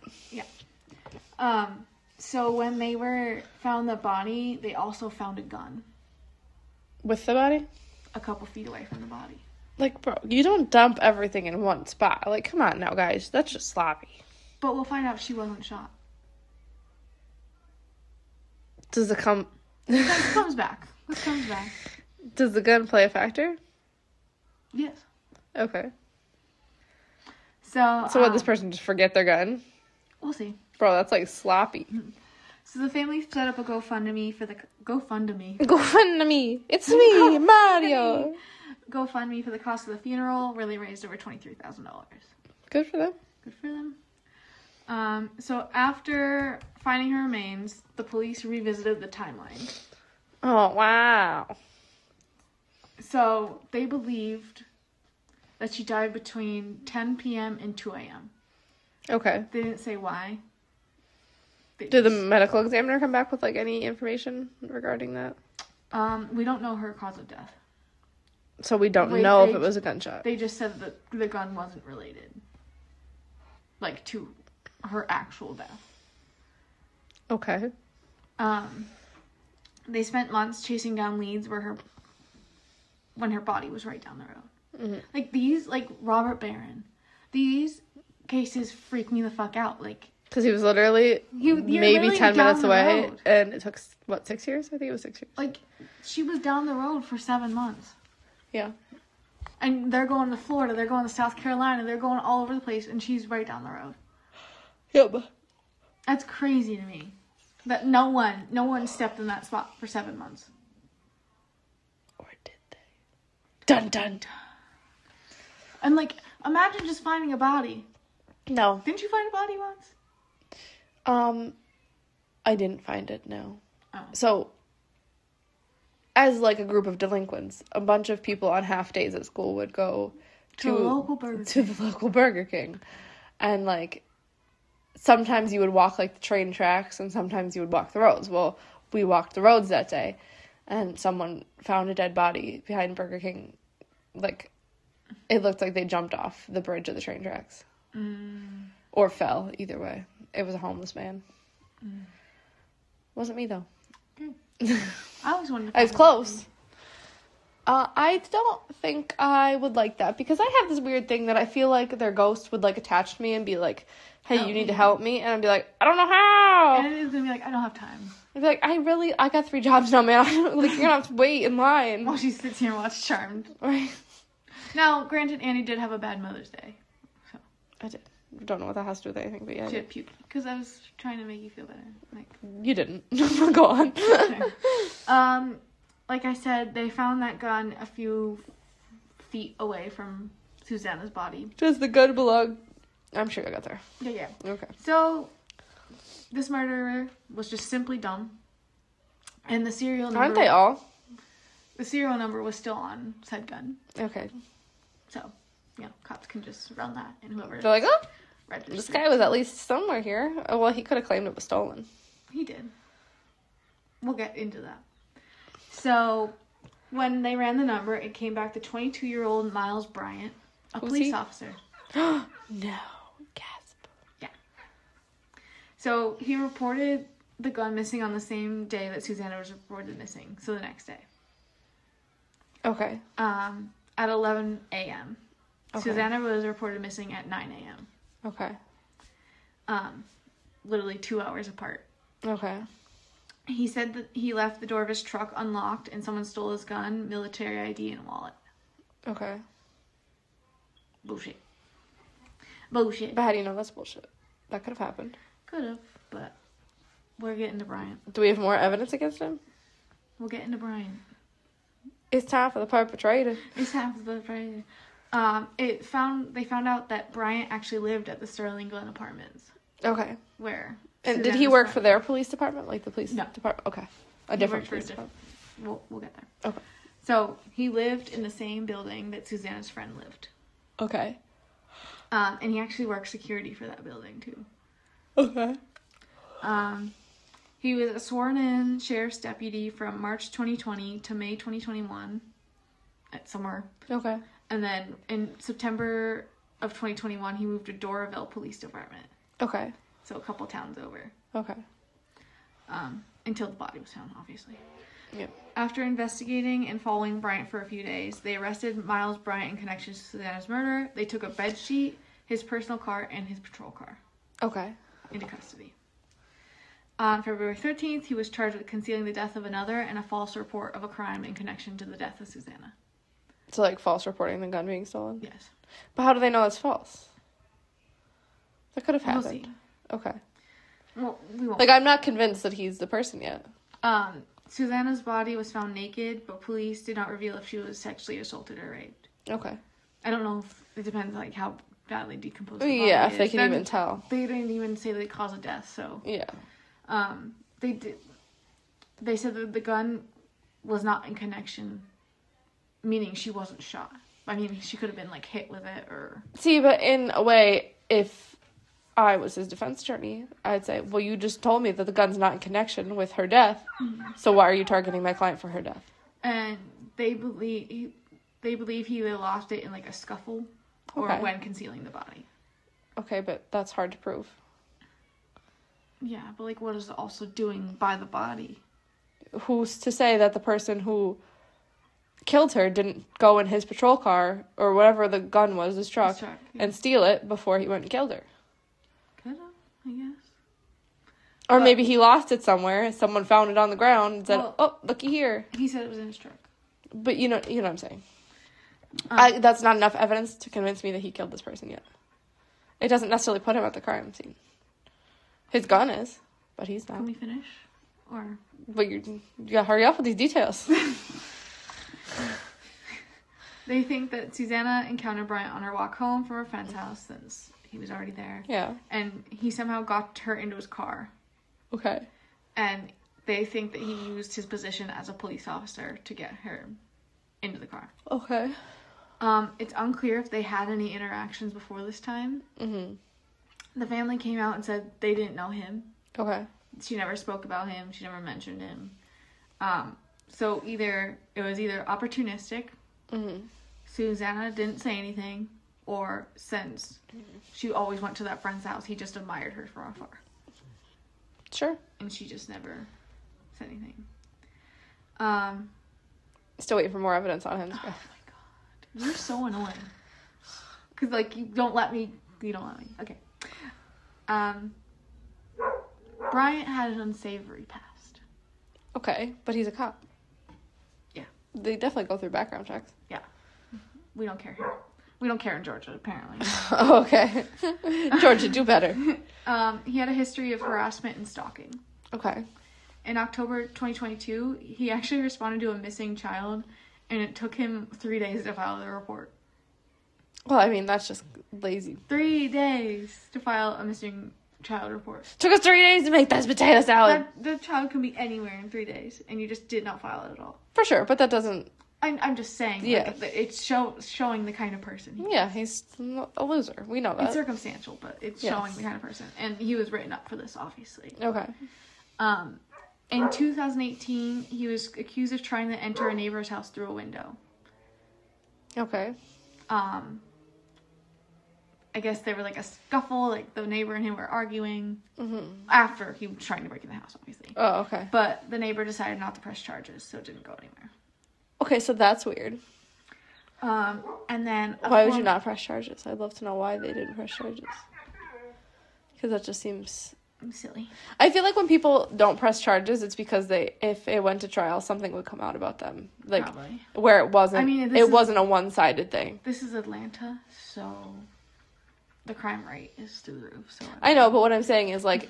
[SPEAKER 2] Um, so when they were found the body, they also found a gun
[SPEAKER 1] With the body,
[SPEAKER 2] a couple feet away from the body.
[SPEAKER 1] like, bro, you don't dump everything in one spot. Like, come on now, guys, that's just sloppy.
[SPEAKER 2] But we'll find out she wasn't shot.
[SPEAKER 1] Does the come?
[SPEAKER 2] This comes back. This comes back.
[SPEAKER 1] Does the gun play a factor?
[SPEAKER 2] Yes.
[SPEAKER 1] Okay.
[SPEAKER 2] So
[SPEAKER 1] So, what
[SPEAKER 2] um,
[SPEAKER 1] this person just forget their gun?
[SPEAKER 2] We'll see.
[SPEAKER 1] Bro, that's like sloppy.
[SPEAKER 2] So the family set up a GoFundMe for the GoFundMe
[SPEAKER 1] GoFundMe. It's me, Mario.
[SPEAKER 2] GoFundMe for the cost of the funeral. Really raised over twenty three thousand dollars.
[SPEAKER 1] Good for them.
[SPEAKER 2] Good for them. Um, so after finding her remains, the police revisited the timeline.
[SPEAKER 1] Oh wow.
[SPEAKER 2] So they believed that she died between 10 p.m. and 2 a.m.
[SPEAKER 1] Okay.
[SPEAKER 2] They didn't say why. They
[SPEAKER 1] Did the
[SPEAKER 2] just-
[SPEAKER 1] medical examiner come back with like any information regarding that?
[SPEAKER 2] um, we don't know her cause of death.
[SPEAKER 1] So we don't
[SPEAKER 2] Wait,
[SPEAKER 1] know if
[SPEAKER 2] they-
[SPEAKER 1] it was a gunshot.
[SPEAKER 2] They just said that the gun wasn't related, like to her actual death.
[SPEAKER 1] okay.
[SPEAKER 2] Um, they spent months chasing down leads where her when her body was right down the road.
[SPEAKER 1] Mm-hmm.
[SPEAKER 2] Like these, like Robert Barron, these cases freak me the fuck out. Like
[SPEAKER 1] Because he was literally
[SPEAKER 2] You- you're
[SPEAKER 1] maybe
[SPEAKER 2] literally
[SPEAKER 1] ten
[SPEAKER 2] down
[SPEAKER 1] minutes
[SPEAKER 2] the
[SPEAKER 1] away,
[SPEAKER 2] road.
[SPEAKER 1] and it took s- what six years? I think it was six years.
[SPEAKER 2] like she was down the road for seven months
[SPEAKER 1] Yeah.
[SPEAKER 2] and they're going to florida they're going to south carolina they're going all over the place and she's right down the road
[SPEAKER 1] Yep.
[SPEAKER 2] that's crazy to me that no one no one stepped in that spot for seven months
[SPEAKER 1] Or did they? Dun dun.
[SPEAKER 2] And like, imagine just finding a body.
[SPEAKER 1] dun. No.
[SPEAKER 2] Didn't you find a body once?
[SPEAKER 1] Um, I didn't find it. No.
[SPEAKER 2] Oh.
[SPEAKER 1] So, as like a group of delinquents, a bunch of people on half days at school would go
[SPEAKER 2] To a local Burger
[SPEAKER 1] to the local Burger King, and like sometimes you would walk like the train tracks, and sometimes you would walk the roads. Well, we walked the roads that day, and someone found a dead body behind Burger King. Like, it looked like they jumped off the bridge of the train tracks or fell. Either way, it was a homeless man. Wasn't me though.
[SPEAKER 2] I always wanted. To
[SPEAKER 1] I was
[SPEAKER 2] find a
[SPEAKER 1] close. Uh, I don't think I would like that because I have this weird thing that I feel like their ghost would like attach to me and be like, "Hey,
[SPEAKER 2] Help
[SPEAKER 1] you need
[SPEAKER 2] me."
[SPEAKER 1] to help me," and I'd be like, "I don't know
[SPEAKER 2] body.
[SPEAKER 1] how."
[SPEAKER 2] And it's gonna be like, I don't have time.
[SPEAKER 1] I'd be like, "I really, I got three jobs now, man. like, you're gonna have to wait in
[SPEAKER 2] While
[SPEAKER 1] line."
[SPEAKER 2] she sits here and watches Charmed.
[SPEAKER 1] Right?
[SPEAKER 2] Now, granted, Annie did have a bad Mother's Day.
[SPEAKER 1] I did. Don't know what that has to do with anything, but yeah, I
[SPEAKER 2] She
[SPEAKER 1] did.
[SPEAKER 2] had puke because I was trying to make you feel better. Like,
[SPEAKER 1] you didn't. Go on.
[SPEAKER 2] um, like I said, they found that gun a few feet away from Susanna's body.
[SPEAKER 1] Does the good belong? I'm sure I got there.
[SPEAKER 2] Yeah, yeah.
[SPEAKER 1] Okay.
[SPEAKER 2] So, this murderer was just simply dumb, and the serial number
[SPEAKER 1] Aren't they all?
[SPEAKER 2] the serial number was still on said gun.
[SPEAKER 1] Okay.
[SPEAKER 2] So, you know, cops can just run that, and whoever
[SPEAKER 1] They're like, oh,
[SPEAKER 2] registered,
[SPEAKER 1] this guy was at least somewhere here. Oh, well, he could have claimed it was stolen.
[SPEAKER 2] he did. We'll get into that. So, when they ran the number, it came back to 22 year old Miles Bryant, a
[SPEAKER 1] Who's
[SPEAKER 2] police
[SPEAKER 1] he?
[SPEAKER 2] officer.
[SPEAKER 1] no. Gasp.
[SPEAKER 2] So he reported the gun missing on the same day that Susanna was reported missing. So the next day,
[SPEAKER 1] Okay.
[SPEAKER 2] um, at 11 a.m.,
[SPEAKER 1] Okay.
[SPEAKER 2] Susanna was reported missing at 9 a.m.
[SPEAKER 1] Okay.
[SPEAKER 2] Um, literally two hours apart.
[SPEAKER 1] Okay.
[SPEAKER 2] He said that he left the door of his truck unlocked and someone stole his gun, military ID, and wallet.
[SPEAKER 1] Okay.
[SPEAKER 2] Bullshit. Bullshit.
[SPEAKER 1] But how do you know that's bullshit? That could have happened.
[SPEAKER 2] Could have, but we're getting to Bryant.
[SPEAKER 1] Do we have more evidence against him?
[SPEAKER 2] We'll get into Bryant.
[SPEAKER 1] It's time for the perpetrator.
[SPEAKER 2] It's half of the Friday. Um, it found they found out that Bryant actually lived at the Sterling Glen Apartments,
[SPEAKER 1] Okay.
[SPEAKER 2] where
[SPEAKER 1] And did
[SPEAKER 2] Suzanne
[SPEAKER 1] he
[SPEAKER 2] was
[SPEAKER 1] work
[SPEAKER 2] from.
[SPEAKER 1] for their police department? Like the police
[SPEAKER 2] No.
[SPEAKER 1] department? Okay. A
[SPEAKER 2] He
[SPEAKER 1] different
[SPEAKER 2] worked for a
[SPEAKER 1] police
[SPEAKER 2] different-
[SPEAKER 1] department.
[SPEAKER 2] We'll, we'll get there.
[SPEAKER 1] Okay.
[SPEAKER 2] So he lived in the same building that Susanna's friend lived,
[SPEAKER 1] Okay.
[SPEAKER 2] um, and he actually worked security for that building too.
[SPEAKER 1] Okay.
[SPEAKER 2] Um, he was a sworn-in sheriff's deputy from March 2020 to May 2021, at somewhere,
[SPEAKER 1] Okay.
[SPEAKER 2] and then in September of 2021 he moved to Doraville Police Department,
[SPEAKER 1] Okay.
[SPEAKER 2] so a couple towns over.
[SPEAKER 1] Okay.
[SPEAKER 2] um, until the body was found, obviously.
[SPEAKER 1] Yep.
[SPEAKER 2] After investigating and following Bryant for a few days, they arrested Miles Bryant in connection to Susanna's murder. They took a bed sheet, his personal car, and his patrol car
[SPEAKER 1] Okay.
[SPEAKER 2] into custody. On February 13th, he was charged with concealing the death of another and a false report of a crime in connection to the death of Susanna.
[SPEAKER 1] So like false reporting the gun being stolen.
[SPEAKER 2] Yes.
[SPEAKER 1] But how do they know it's false? That could have
[SPEAKER 2] We'll
[SPEAKER 1] happened.
[SPEAKER 2] see.
[SPEAKER 1] Okay.
[SPEAKER 2] Well, we won't.
[SPEAKER 1] Like I'm not convinced that he's the person yet.
[SPEAKER 2] um, Susanna's body was found naked, but police did not reveal if she was sexually assaulted or raped.
[SPEAKER 1] Okay.
[SPEAKER 2] I don't know. if It depends, like how badly decomposed. the
[SPEAKER 1] Yeah,
[SPEAKER 2] body
[SPEAKER 1] if they
[SPEAKER 2] is.
[SPEAKER 1] can
[SPEAKER 2] Then
[SPEAKER 1] even tell.
[SPEAKER 2] They didn't even say the cause of death. So,
[SPEAKER 1] Yeah.
[SPEAKER 2] um, they did. They said that the gun was not in connection, meaning she wasn't shot. I mean, she could have been like hit with it or.
[SPEAKER 1] See, but in a way, if I was his defense attorney, I'd say, well, you just told me that the gun's not in connection with her death, so why are you targeting my client for her death?
[SPEAKER 2] And they believe they believe he either lost it in like a scuffle, or
[SPEAKER 1] Okay.
[SPEAKER 2] when concealing the body.
[SPEAKER 1] Okay, but that's hard to prove.
[SPEAKER 2] Yeah, but like, what is it also doing by the body?
[SPEAKER 1] Who's to say that the person who killed her didn't go in his patrol car or whatever the gun was, his truck,
[SPEAKER 2] His truck, yeah.
[SPEAKER 1] and steal it before he went and killed her?
[SPEAKER 2] Could have, I guess.
[SPEAKER 1] Or
[SPEAKER 2] Well-
[SPEAKER 1] maybe he lost it somewhere. Someone found it on the ground and said,
[SPEAKER 2] Well-
[SPEAKER 1] "Oh, looky here."
[SPEAKER 2] He said it was in his truck.
[SPEAKER 1] But you know, you know what I'm saying.
[SPEAKER 2] Um,
[SPEAKER 1] I, that's not enough evidence to convince me that he killed this person yet. It doesn't necessarily put him at the crime scene. His gun is, but he's not.
[SPEAKER 2] Can we finish? Or
[SPEAKER 1] But you, you gotta hurry up with these details.
[SPEAKER 2] They think that Susanna encountered Bryant on her walk home from her friend's house since he was already there.
[SPEAKER 1] Yeah.
[SPEAKER 2] And he somehow got her into his car.
[SPEAKER 1] Okay.
[SPEAKER 2] And they think that he used his position as a police officer to get her into the car.
[SPEAKER 1] Okay.
[SPEAKER 2] Um, it's unclear if they had any interactions before this time.
[SPEAKER 1] Mhm.
[SPEAKER 2] The family came out and said they didn't know him.
[SPEAKER 1] Okay.
[SPEAKER 2] She never spoke about him. She never mentioned him. Um, so either it was either opportunistic.
[SPEAKER 1] Mhm.
[SPEAKER 2] Susanna didn't say anything, or since she always went to that friend's house, he just admired her from afar,
[SPEAKER 1] Sure.
[SPEAKER 2] and she just never said anything. Um,
[SPEAKER 1] Still waiting for more evidence on him.
[SPEAKER 2] oh my god, you're so annoying. Cause like you don't let me, you don't let me. Okay. Um, Bryant had an unsavory past.
[SPEAKER 1] Okay, but he's a cop.
[SPEAKER 2] Yeah.
[SPEAKER 1] They definitely go through background checks.
[SPEAKER 2] We don't care here. We don't care in Georgia, apparently.
[SPEAKER 1] Oh, okay. Georgia, do better.
[SPEAKER 2] um, he had a history of harassment and stalking.
[SPEAKER 1] Okay.
[SPEAKER 2] In October 2022, he actually responded to a missing child, and it took him three days to file the report.
[SPEAKER 1] Well, I mean, that's just lazy.
[SPEAKER 2] Three days to file a missing child report.
[SPEAKER 1] Took us three days to make this potato salad.
[SPEAKER 2] That, the child can be anywhere in three days, and you just did not file it at all.
[SPEAKER 1] For sure, but that doesn't.
[SPEAKER 2] I'm, I'm just saying, like,
[SPEAKER 1] Yeah.
[SPEAKER 2] that it's show, showing the kind of person he
[SPEAKER 1] Yeah, he's a loser. We know
[SPEAKER 2] It's
[SPEAKER 1] that.
[SPEAKER 2] circumstantial, but it's
[SPEAKER 1] Yes.
[SPEAKER 2] showing the kind of person. And he was written up for this, obviously.
[SPEAKER 1] Okay.
[SPEAKER 2] Um, in 2018, he was accused of trying to enter a neighbor's house through a window.
[SPEAKER 1] Okay.
[SPEAKER 2] Um, I guess there were like a scuffle, like the neighbor and him were arguing
[SPEAKER 1] Mm-hmm.
[SPEAKER 2] after he was trying to break in the house, obviously.
[SPEAKER 1] Oh, okay.
[SPEAKER 2] But the neighbor decided not to press charges, so it didn't go anywhere.
[SPEAKER 1] Okay, so that's weird.
[SPEAKER 2] Um, and then a
[SPEAKER 1] Why would you
[SPEAKER 2] form-
[SPEAKER 1] not press charges? I'd love to know why they didn't press charges. Because that just seems.
[SPEAKER 2] I'm silly.
[SPEAKER 1] I feel like when people don't press charges, it's because they, if it went to trial, something would come out about them. Like
[SPEAKER 2] Probably.
[SPEAKER 1] where it wasn't.
[SPEAKER 2] I mean, this
[SPEAKER 1] it
[SPEAKER 2] is-
[SPEAKER 1] wasn't a one-sided thing.
[SPEAKER 2] This is Atlanta, so the crime rate is through the roof. So
[SPEAKER 1] I know, but what I'm saying is like,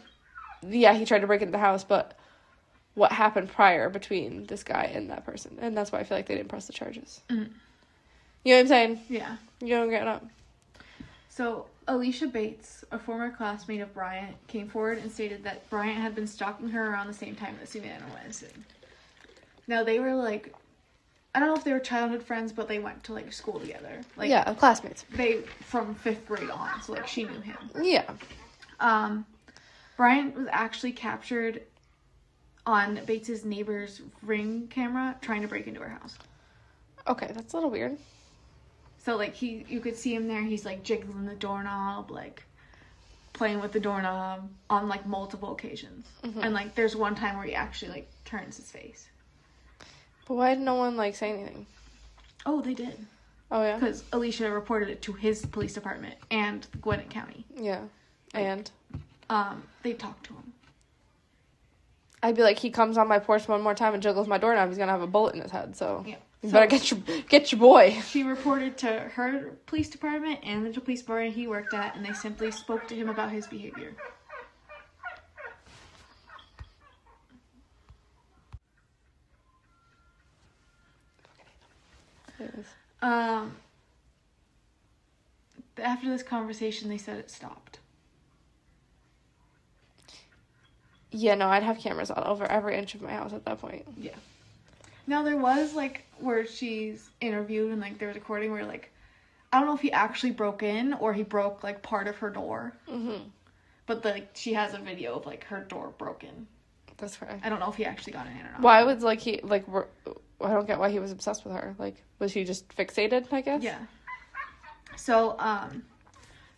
[SPEAKER 1] yeah, he tried to break into the house, but what happened prior between this guy and that person, and that's why I feel like they didn't press the charges.
[SPEAKER 2] Mm.
[SPEAKER 1] You know what I'm saying?
[SPEAKER 2] Yeah.
[SPEAKER 1] You don't get up.
[SPEAKER 2] So, Alicia Bates, a former classmate of Bryant, came forward and stated that Bryant had been stalking her around the same time that Savannah was. Now, they were like, I don't know if they were childhood friends, but they went to like school together. Like,
[SPEAKER 1] yeah, classmates.
[SPEAKER 2] they from fifth grade on, so like she knew him.
[SPEAKER 1] Yeah.
[SPEAKER 2] Um, Bryant was actually captured on Bates's neighbor's ring camera trying to break into her house.
[SPEAKER 1] Okay, that's a little weird.
[SPEAKER 2] So like he, you could see him there. He's like jiggling the doorknob, like playing with the doorknob on like multiple occasions. And like there's one time where he actually like turns his face.
[SPEAKER 1] But why did no one like say anything?
[SPEAKER 2] Oh, they did
[SPEAKER 1] Oh yeah.
[SPEAKER 2] because Alicia reported it to his police department and Gwinnett County.
[SPEAKER 1] Yeah. And
[SPEAKER 2] Um, they talked to him.
[SPEAKER 1] I'd be like, he comes on my porch one more time and juggles my doorknob. He's gonna have a bullet in his head. So
[SPEAKER 2] Yeah.
[SPEAKER 1] you
[SPEAKER 2] So-
[SPEAKER 1] better get your get your boy.
[SPEAKER 2] She reported to her police department and the police department he worked at, and they simply spoke to him about his behavior.
[SPEAKER 1] Anyways.
[SPEAKER 2] Um, after this conversation, they said it stopped.
[SPEAKER 1] Yeah, no, I'd have cameras all over every inch of my house at that point.
[SPEAKER 2] Yeah. Now there was like where she's interviewed and like there was a recording where like I don't know if he actually broke in or he broke like part of her door,
[SPEAKER 1] Mm-hmm.
[SPEAKER 2] but like she has a video of like her door broken.
[SPEAKER 1] That's correct.
[SPEAKER 2] I don't know if he actually got in or not.
[SPEAKER 1] Why would like he like? were- I don't get why he was obsessed with her. Like, was he just fixated? I guess.
[SPEAKER 2] Yeah. So um,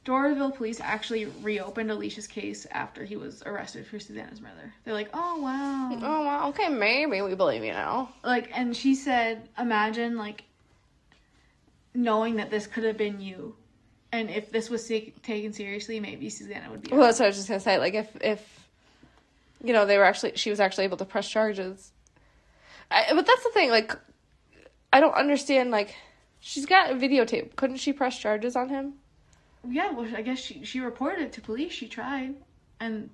[SPEAKER 2] Doraville police actually reopened Alicia's case after he was arrested for Susanna's murder. They're like, oh wow.
[SPEAKER 1] Oh well, okay, maybe we believe you now.
[SPEAKER 2] like and she said imagine like knowing that this could have been you and if this was se- taken seriously maybe susanna would be
[SPEAKER 1] Well, that's what I was just gonna say. Like, if if you know they were actually she was actually able to press charges. I, but that's the thing. Like, I don't understand. Like, she's got a videotape. Couldn't she press charges on him?
[SPEAKER 2] yeah well i guess she, she reported it to police she tried and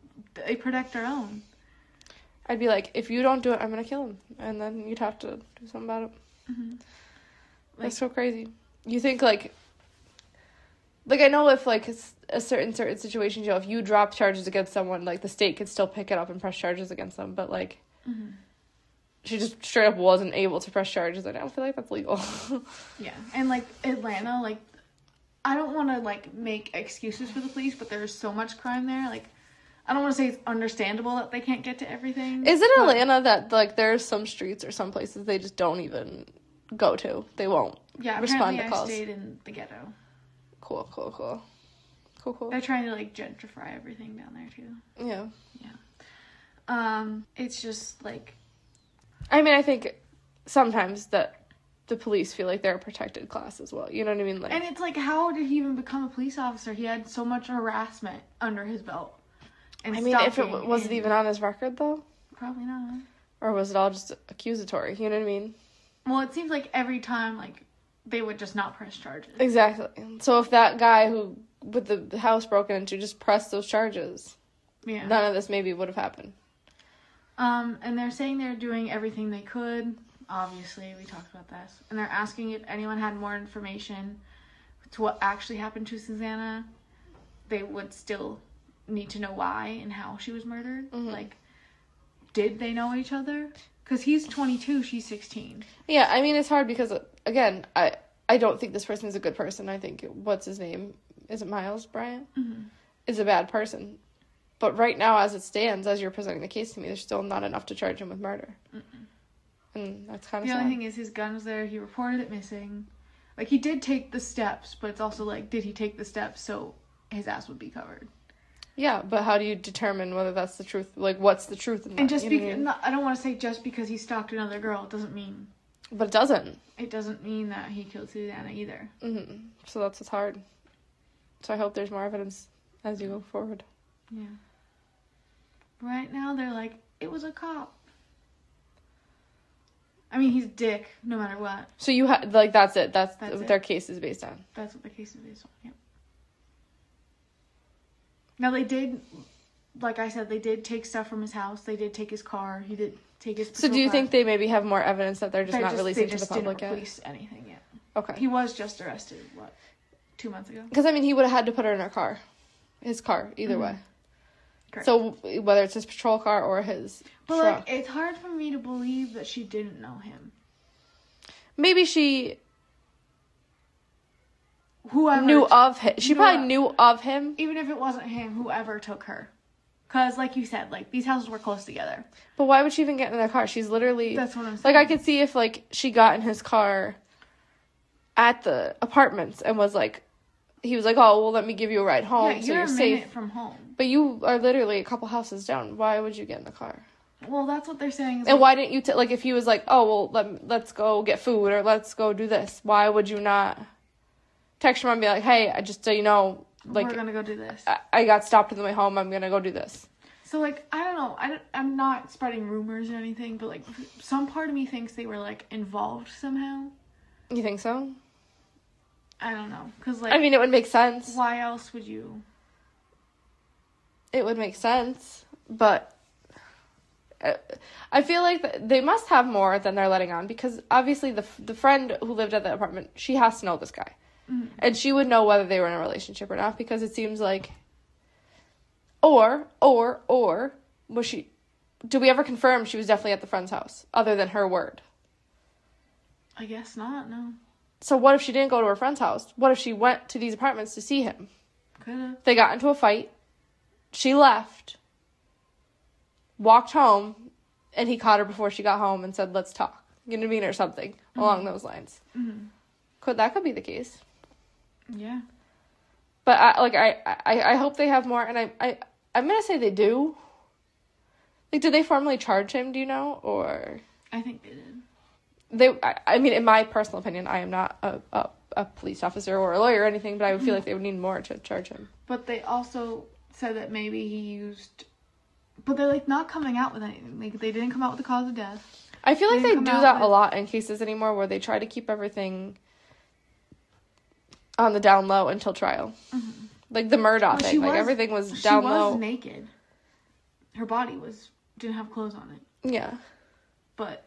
[SPEAKER 2] they protect their own
[SPEAKER 1] I'd be like, if you don't do it, I'm gonna kill him, and then you'd have to do something about it.
[SPEAKER 2] Mm-hmm. Like,
[SPEAKER 1] That's so crazy. You think like, like I know if like s- a certain certain situation, you know, if you drop charges against someone, like the state could still pick it up and press charges against them, but like.
[SPEAKER 2] Mm-hmm.
[SPEAKER 1] She just straight up wasn't able to press charges, and I don't feel like that's legal.
[SPEAKER 2] yeah. And like Atlanta, like I don't want to like make excuses for the police, but there's so much crime there. Like I don't want to say it's understandable that they can't get to everything.
[SPEAKER 1] Is it
[SPEAKER 2] but-
[SPEAKER 1] Atlanta that like there's some streets or some places they just don't even go to? They won't.
[SPEAKER 2] Yeah,
[SPEAKER 1] respond
[SPEAKER 2] apparently
[SPEAKER 1] to
[SPEAKER 2] I
[SPEAKER 1] calls.
[SPEAKER 2] stayed in the ghetto.
[SPEAKER 1] Cool, cool, cool. Cool, cool.
[SPEAKER 2] They're trying to like gentrify everything down there too.
[SPEAKER 1] Yeah.
[SPEAKER 2] Um, it's just like
[SPEAKER 1] I mean, I think sometimes that the police feel like they're a protected class as well. You know what I mean? Like
[SPEAKER 2] And it's like, how did he even become a police officer? He had so much harassment under his belt. And
[SPEAKER 1] I mean, if it
[SPEAKER 2] stalking
[SPEAKER 1] w- was it
[SPEAKER 2] and-
[SPEAKER 1] even on his record though,
[SPEAKER 2] probably not.
[SPEAKER 1] or was it all just accusatory? You know what I mean?
[SPEAKER 2] Well, it seems like every time, like they would just not press charges.
[SPEAKER 1] Exactly. So if that guy who with the house broken into just pressed those charges,
[SPEAKER 2] Yeah.
[SPEAKER 1] none of this maybe would have happened.
[SPEAKER 2] um, and they're saying they're doing everything they could. Obviously, we talked about this. And they're asking if anyone had more information to what actually happened to Susanna. They would still need to know why and how she was murdered.
[SPEAKER 1] Mm-hmm.
[SPEAKER 2] Like, did they know each other? Because he's 22, she's 16.
[SPEAKER 1] Yeah, I mean it's hard because again, I I don't think this person is a good person. I think what's his name is it Miles Bryant
[SPEAKER 2] Mm-hmm.
[SPEAKER 1] is a bad person. But right now, as it stands, as you're presenting the case to me, there's still not enough to charge him with murder, and that's kind of
[SPEAKER 2] The
[SPEAKER 1] sad.
[SPEAKER 2] only thing is his gun was there. He reported it missing. Like he did take the steps, but it's also like, did he take the steps so his ass would be covered?
[SPEAKER 1] yeah, but how do you determine whether that's the truth? Like, what's the truth? In that,
[SPEAKER 2] And just
[SPEAKER 1] you know what
[SPEAKER 2] because
[SPEAKER 1] I
[SPEAKER 2] I,
[SPEAKER 1] mean?
[SPEAKER 2] don't want to say just because he stalked another girl it doesn't mean
[SPEAKER 1] but it doesn't.
[SPEAKER 2] it doesn't mean that he killed Susanna either.
[SPEAKER 1] hmm So that's what's hard. So I hope there's more evidence as you go forward.
[SPEAKER 2] Yeah. Right now they're like, it was a cop. I mean, he's a dick no matter what.
[SPEAKER 1] So you ha- like that's it. That's,
[SPEAKER 2] That's
[SPEAKER 1] what
[SPEAKER 2] it.
[SPEAKER 1] their case is based on.
[SPEAKER 2] That's what the case is based on. Yeah. Now they did, like I said, they did take stuff from his house. They did take his car. He did take his.
[SPEAKER 1] So do you think they maybe have more evidence that they're just not
[SPEAKER 2] released
[SPEAKER 1] releasing to the public
[SPEAKER 2] didn't
[SPEAKER 1] yet?
[SPEAKER 2] release anything yet?
[SPEAKER 1] Okay.
[SPEAKER 2] He was just arrested. What, two months ago?
[SPEAKER 1] Because I mean, he would have had to put her in her car, his car, either
[SPEAKER 2] Mhm.
[SPEAKER 1] way.
[SPEAKER 2] Correct.
[SPEAKER 1] So w- whether it's his patrol car or his
[SPEAKER 2] But
[SPEAKER 1] truck,
[SPEAKER 2] like, it's hard for me to believe that she didn't know him.
[SPEAKER 1] maybe she
[SPEAKER 2] Whoever
[SPEAKER 1] knew
[SPEAKER 2] t-
[SPEAKER 1] of him. She
[SPEAKER 2] knew
[SPEAKER 1] probably
[SPEAKER 2] of-
[SPEAKER 1] knew of him,
[SPEAKER 2] even if it wasn't him, whoever took her, because like you said, like these houses were close together.
[SPEAKER 1] but why would she even get in their car? She's literally
[SPEAKER 2] That's what I'm saying.
[SPEAKER 1] like I could see if like she got in his car at the apartments and was like, he was like, oh well, let me give you a ride home
[SPEAKER 2] yeah,
[SPEAKER 1] so
[SPEAKER 2] you're
[SPEAKER 1] you're
[SPEAKER 2] a
[SPEAKER 1] safe.
[SPEAKER 2] minute from home.
[SPEAKER 1] But you are literally a couple houses down. Why would you get in the car?
[SPEAKER 2] Well, that's what they're saying. Is
[SPEAKER 1] And
[SPEAKER 2] like,
[SPEAKER 1] why didn't you t- like if he was like, oh well, let let's go get food or let's go do this? Why would you not text your mom and be like, hey, I just so you know, like
[SPEAKER 2] we're gonna go do this.
[SPEAKER 1] I-, I got stopped on the way home. I'm gonna go do this.
[SPEAKER 2] So like I don't know I don't, I'm not spreading rumors or anything, but like some part of me thinks they were like involved somehow.
[SPEAKER 1] You think so?
[SPEAKER 2] I don't know because like
[SPEAKER 1] I mean, it would make sense.
[SPEAKER 2] why else would you?
[SPEAKER 1] It would make sense, but. I- I feel like th- they must have more than they're letting on because obviously the f- the friend who lived at the apartment she has to know this guy, and she would know whether they were in a relationship or not because it seems like Or, or, or, was she. Do we ever confirm she was definitely at the friend's house, other than her word?
[SPEAKER 2] I guess not. No,
[SPEAKER 1] So, what if she didn't go to her friend's house? What if she went to these apartments to see him?
[SPEAKER 2] could have.
[SPEAKER 1] They got into a fight. She left, walked home, and he caught her before she got home and said, Let's talk. You know what I mean? Or something along those lines. Could That could be the case.
[SPEAKER 2] Yeah,
[SPEAKER 1] But I like I I, I hope they have more, and I I I'm gonna say they do. Like, did they formally charge him? Do you know, or
[SPEAKER 2] I think they did.
[SPEAKER 1] they? I, I mean, in my personal opinion, I am not a, a a police officer or a lawyer or anything, but I would feel like they would need more to charge him.
[SPEAKER 2] But they also said that maybe he used. But they're like not coming out with anything. Like they didn't come out with the cause of death.
[SPEAKER 1] I feel like
[SPEAKER 2] They
[SPEAKER 1] they do
[SPEAKER 2] come out
[SPEAKER 1] that a
[SPEAKER 2] with-
[SPEAKER 1] lot in cases anymore, where they try to keep everything on the down low until trial. Like the Murdoch
[SPEAKER 2] Mm-hmm. Well, she
[SPEAKER 1] thing, like
[SPEAKER 2] was-
[SPEAKER 1] everything was
[SPEAKER 2] she
[SPEAKER 1] down
[SPEAKER 2] was
[SPEAKER 1] low.
[SPEAKER 2] naked. Her body was didn't have clothes on it,
[SPEAKER 1] yeah.
[SPEAKER 2] but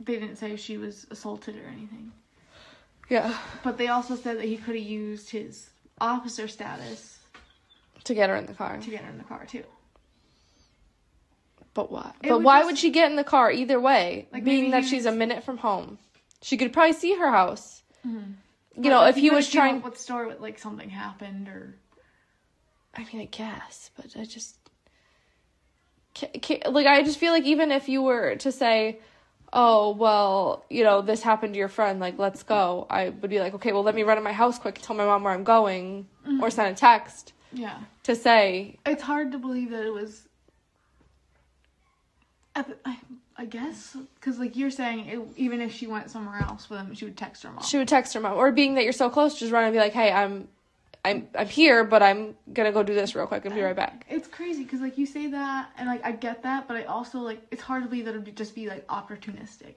[SPEAKER 2] they didn't say she was assaulted or anything.
[SPEAKER 1] Yeah.
[SPEAKER 2] But they also said that he could have used his officer status
[SPEAKER 1] To get her in the car.
[SPEAKER 2] to get her in the car too.
[SPEAKER 1] But why?
[SPEAKER 2] It
[SPEAKER 1] But
[SPEAKER 2] would
[SPEAKER 1] why
[SPEAKER 2] just-
[SPEAKER 1] would she get in the car either way?
[SPEAKER 2] Like, maybe
[SPEAKER 1] being that
[SPEAKER 2] he
[SPEAKER 1] she's
[SPEAKER 2] was-
[SPEAKER 1] a minute from home. She could probably see her house. You know,
[SPEAKER 2] Mm-hmm. But
[SPEAKER 1] if he
[SPEAKER 2] could've
[SPEAKER 1] was
[SPEAKER 2] came up
[SPEAKER 1] trying.
[SPEAKER 2] with story with like something happened or
[SPEAKER 1] I mean, I guess, but I just. Ca ca like, I just feel like even if you were to say, oh, well, you know, this happened to your friend, like, let's go, I would be like, okay, well, let me run to my house quick and tell my mom where I'm going or send a text
[SPEAKER 2] yeah.
[SPEAKER 1] to say,
[SPEAKER 2] It's hard to believe that it was. I, I, I guess because like you're saying, it, even if she went somewhere else with him, she would text her mom.
[SPEAKER 1] she would text her mom. Or being that you're so close, just run and be like, hey, I'm. I'm I'm here, but I'm gonna go do this real quick and be right back.
[SPEAKER 2] It's crazy because like you say that, and like I get that, but I also like it's hard to believe that it'd just be like opportunistic.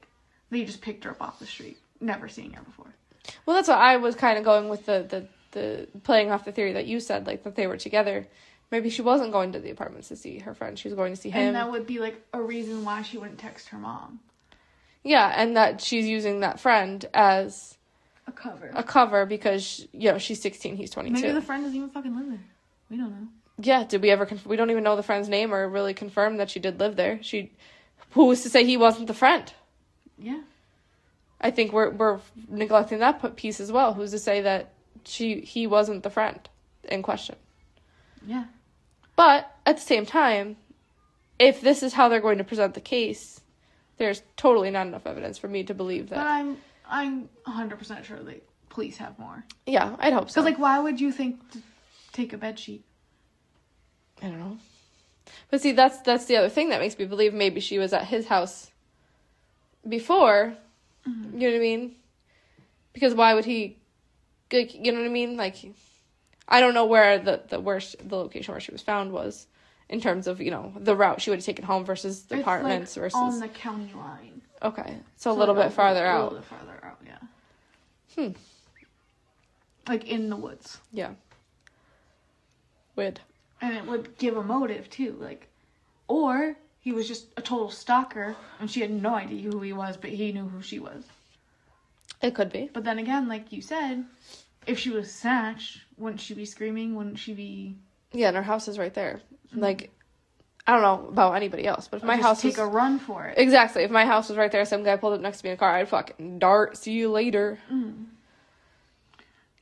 [SPEAKER 2] They just picked her up off the street, never seeing her before.
[SPEAKER 1] Well, that's what I was kind of going with the, the the playing off the theory that you said, like that they were together. Maybe she wasn't going to the apartments to see her friend; she was going to see him.
[SPEAKER 2] And that would be like a reason why she wouldn't text her mom.
[SPEAKER 1] yeah, and that she's using that friend as
[SPEAKER 2] A cover.
[SPEAKER 1] a cover because sh you know she's sixteen, he's twenty
[SPEAKER 2] Maybe the
[SPEAKER 1] two.
[SPEAKER 2] friend doesn't even fucking live there. We don't know.
[SPEAKER 1] yeah, did we ever? Conf- we don't even know the friend's name or really confirm that she did live there. She, who was to say he wasn't the friend?
[SPEAKER 2] Yeah.
[SPEAKER 1] I think we're we're neglecting that p- piece as well. Who's to say that she he wasn't the friend in question?
[SPEAKER 2] Yeah.
[SPEAKER 1] But at the same time, if this is how they're going to present the case, there's totally not enough evidence for me to believe
[SPEAKER 2] But
[SPEAKER 1] that.
[SPEAKER 2] I'm I'm 100% sure the police have more.
[SPEAKER 1] Yeah, I'd hope so.
[SPEAKER 2] Cuz like why would you think to take a bed sheet?
[SPEAKER 1] I don't know. But see, that's that's the other thing that makes me believe maybe she was at his house before.
[SPEAKER 2] Mm-hmm.
[SPEAKER 1] You know what I mean? Because why would he? Like, you know what I mean? Like, I don't know where the the worst the location where she was found was, in terms of you know the route she would have taken home versus the
[SPEAKER 2] It's, like,
[SPEAKER 1] apartments versus
[SPEAKER 2] on the county line.
[SPEAKER 1] okay, so, a little bit farther
[SPEAKER 2] a
[SPEAKER 1] out.
[SPEAKER 2] little bit farther out, yeah.
[SPEAKER 1] Hmm.
[SPEAKER 2] Like in the woods.
[SPEAKER 1] Yeah. Weird.
[SPEAKER 2] And it would give a motive too, like or he was just a total stalker and she had no idea who he was, but he knew who she was.
[SPEAKER 1] It could be.
[SPEAKER 2] But then again, like you said, if she was snatched, wouldn't she be screaming? Wouldn't she be
[SPEAKER 1] Yeah, and her house is right there. Like, I don't know about anybody else, but if my
[SPEAKER 2] Hmm. just
[SPEAKER 1] house
[SPEAKER 2] take
[SPEAKER 1] was
[SPEAKER 2] a run for it?
[SPEAKER 1] exactly if my house was right there, some guy pulled up next to me in a car, I'd fucking dart. See you later.
[SPEAKER 2] Hmm.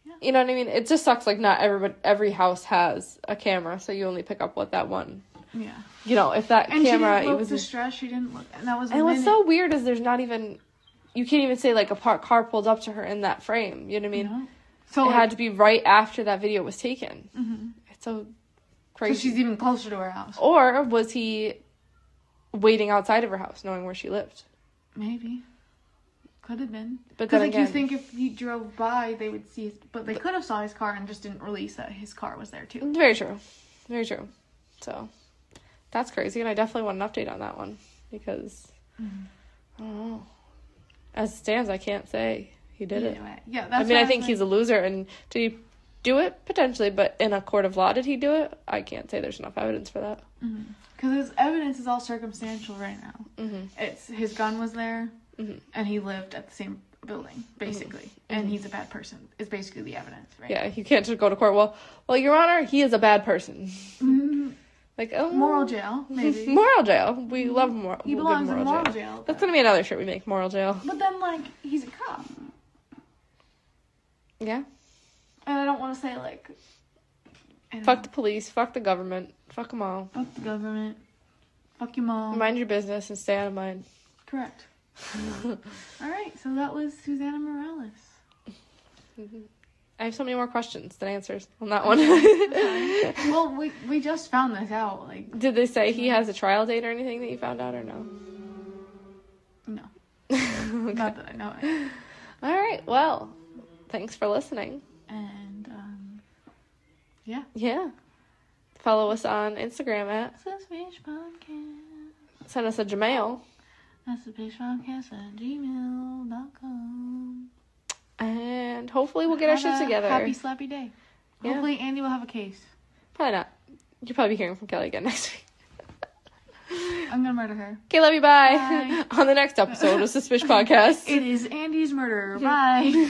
[SPEAKER 2] Yeah.
[SPEAKER 1] You know what I mean? It just sucks. Like, not everybody, every house has a camera, so you only pick up what that one.
[SPEAKER 2] Yeah.
[SPEAKER 1] You know, if that
[SPEAKER 2] And
[SPEAKER 1] camera,
[SPEAKER 2] she
[SPEAKER 1] it
[SPEAKER 2] didn't
[SPEAKER 1] was.
[SPEAKER 2] look distressed. She didn't look, and that was. a
[SPEAKER 1] and what's
[SPEAKER 2] minute.
[SPEAKER 1] so weird is there's not even, you can't even say like a par- car pulled up to her in that frame. You know what I mean?
[SPEAKER 2] You know? So
[SPEAKER 1] it
[SPEAKER 2] like,
[SPEAKER 1] had to be right after that video was taken. It's so
[SPEAKER 2] Mm-hmm. so
[SPEAKER 1] crazy.
[SPEAKER 2] she's even closer to her house.
[SPEAKER 1] or was he waiting outside of her house, knowing where she lived?
[SPEAKER 2] Maybe. Could have been.
[SPEAKER 1] But then
[SPEAKER 2] Because like
[SPEAKER 1] again,
[SPEAKER 2] you think if he drove by, they would see. His, but they could have saw his car and just didn't release that his car was there too.
[SPEAKER 1] very true, very true. So that's crazy, and I definitely want an update on that one because
[SPEAKER 2] Mm-hmm.
[SPEAKER 1] I don't know. As it stands, I can't say he did it.
[SPEAKER 2] Either way. Yeah, that's.
[SPEAKER 1] I mean,
[SPEAKER 2] what
[SPEAKER 1] I think
[SPEAKER 2] was
[SPEAKER 1] he's
[SPEAKER 2] like-
[SPEAKER 1] a loser, and did he do it potentially? But in a court of law, did he do it? I can't say there's enough evidence for that.
[SPEAKER 2] Because mm-hmm. his evidence is all circumstantial right now.
[SPEAKER 1] Mm-hmm.
[SPEAKER 2] It's his gun was there,
[SPEAKER 1] Mhm.
[SPEAKER 2] and he lived at the same building
[SPEAKER 1] Mm-hmm.
[SPEAKER 2] basically, and he's a bad person. Is basically the evidence, right?
[SPEAKER 1] Yeah, you can't just go to court. Well, well, Your Honor, he is a bad person.
[SPEAKER 2] Mm,
[SPEAKER 1] Like oh,
[SPEAKER 2] moral jail, maybe. Mm-hmm.
[SPEAKER 1] moral jail. We love mor-
[SPEAKER 2] he
[SPEAKER 1] we'll give
[SPEAKER 2] belongs
[SPEAKER 1] moral.
[SPEAKER 2] in moral jail.
[SPEAKER 1] That's
[SPEAKER 2] though.
[SPEAKER 1] gonna be another shirt we make. Moral jail.
[SPEAKER 2] But then, like, he's a cop,
[SPEAKER 1] Yeah.
[SPEAKER 2] and I don't want to say like. I don't
[SPEAKER 1] Fuck
[SPEAKER 2] know,
[SPEAKER 1] the police. Fuck the government. Fuck them all.
[SPEAKER 2] fuck the government. Fuck your mom.
[SPEAKER 1] Mind your business and stay out of mine.
[SPEAKER 2] Correct. all right, so that was Susanna Morales.
[SPEAKER 1] Mm-hmm. I have so many more questions than answers on that one.
[SPEAKER 2] Well, we we just found this out. Like,
[SPEAKER 1] Did they say he has a trial date or anything that you found out or no?
[SPEAKER 2] no,
[SPEAKER 1] Okay.
[SPEAKER 2] not that I know. It.
[SPEAKER 1] All right. Well, thanks for listening.
[SPEAKER 2] And um, yeah.
[SPEAKER 1] Yeah. Follow us on Instagram at
[SPEAKER 2] That's the Beach Podcast.
[SPEAKER 1] send us a Gmail
[SPEAKER 2] That's the Beach Podcast at gmail.com.
[SPEAKER 1] and hopefully we'll get our shit together.
[SPEAKER 2] Happy slappy day.
[SPEAKER 1] Yeah.
[SPEAKER 2] Hopefully, Andy will have a case.
[SPEAKER 1] Probably not. You'll probably be hearing from Kelly again next week.
[SPEAKER 2] I'm gonna murder her.
[SPEAKER 1] Okay, love you. Bye.
[SPEAKER 2] Bye.
[SPEAKER 1] On the next episode of Suspicious Podcast.
[SPEAKER 2] It is Andy's murder. Bye.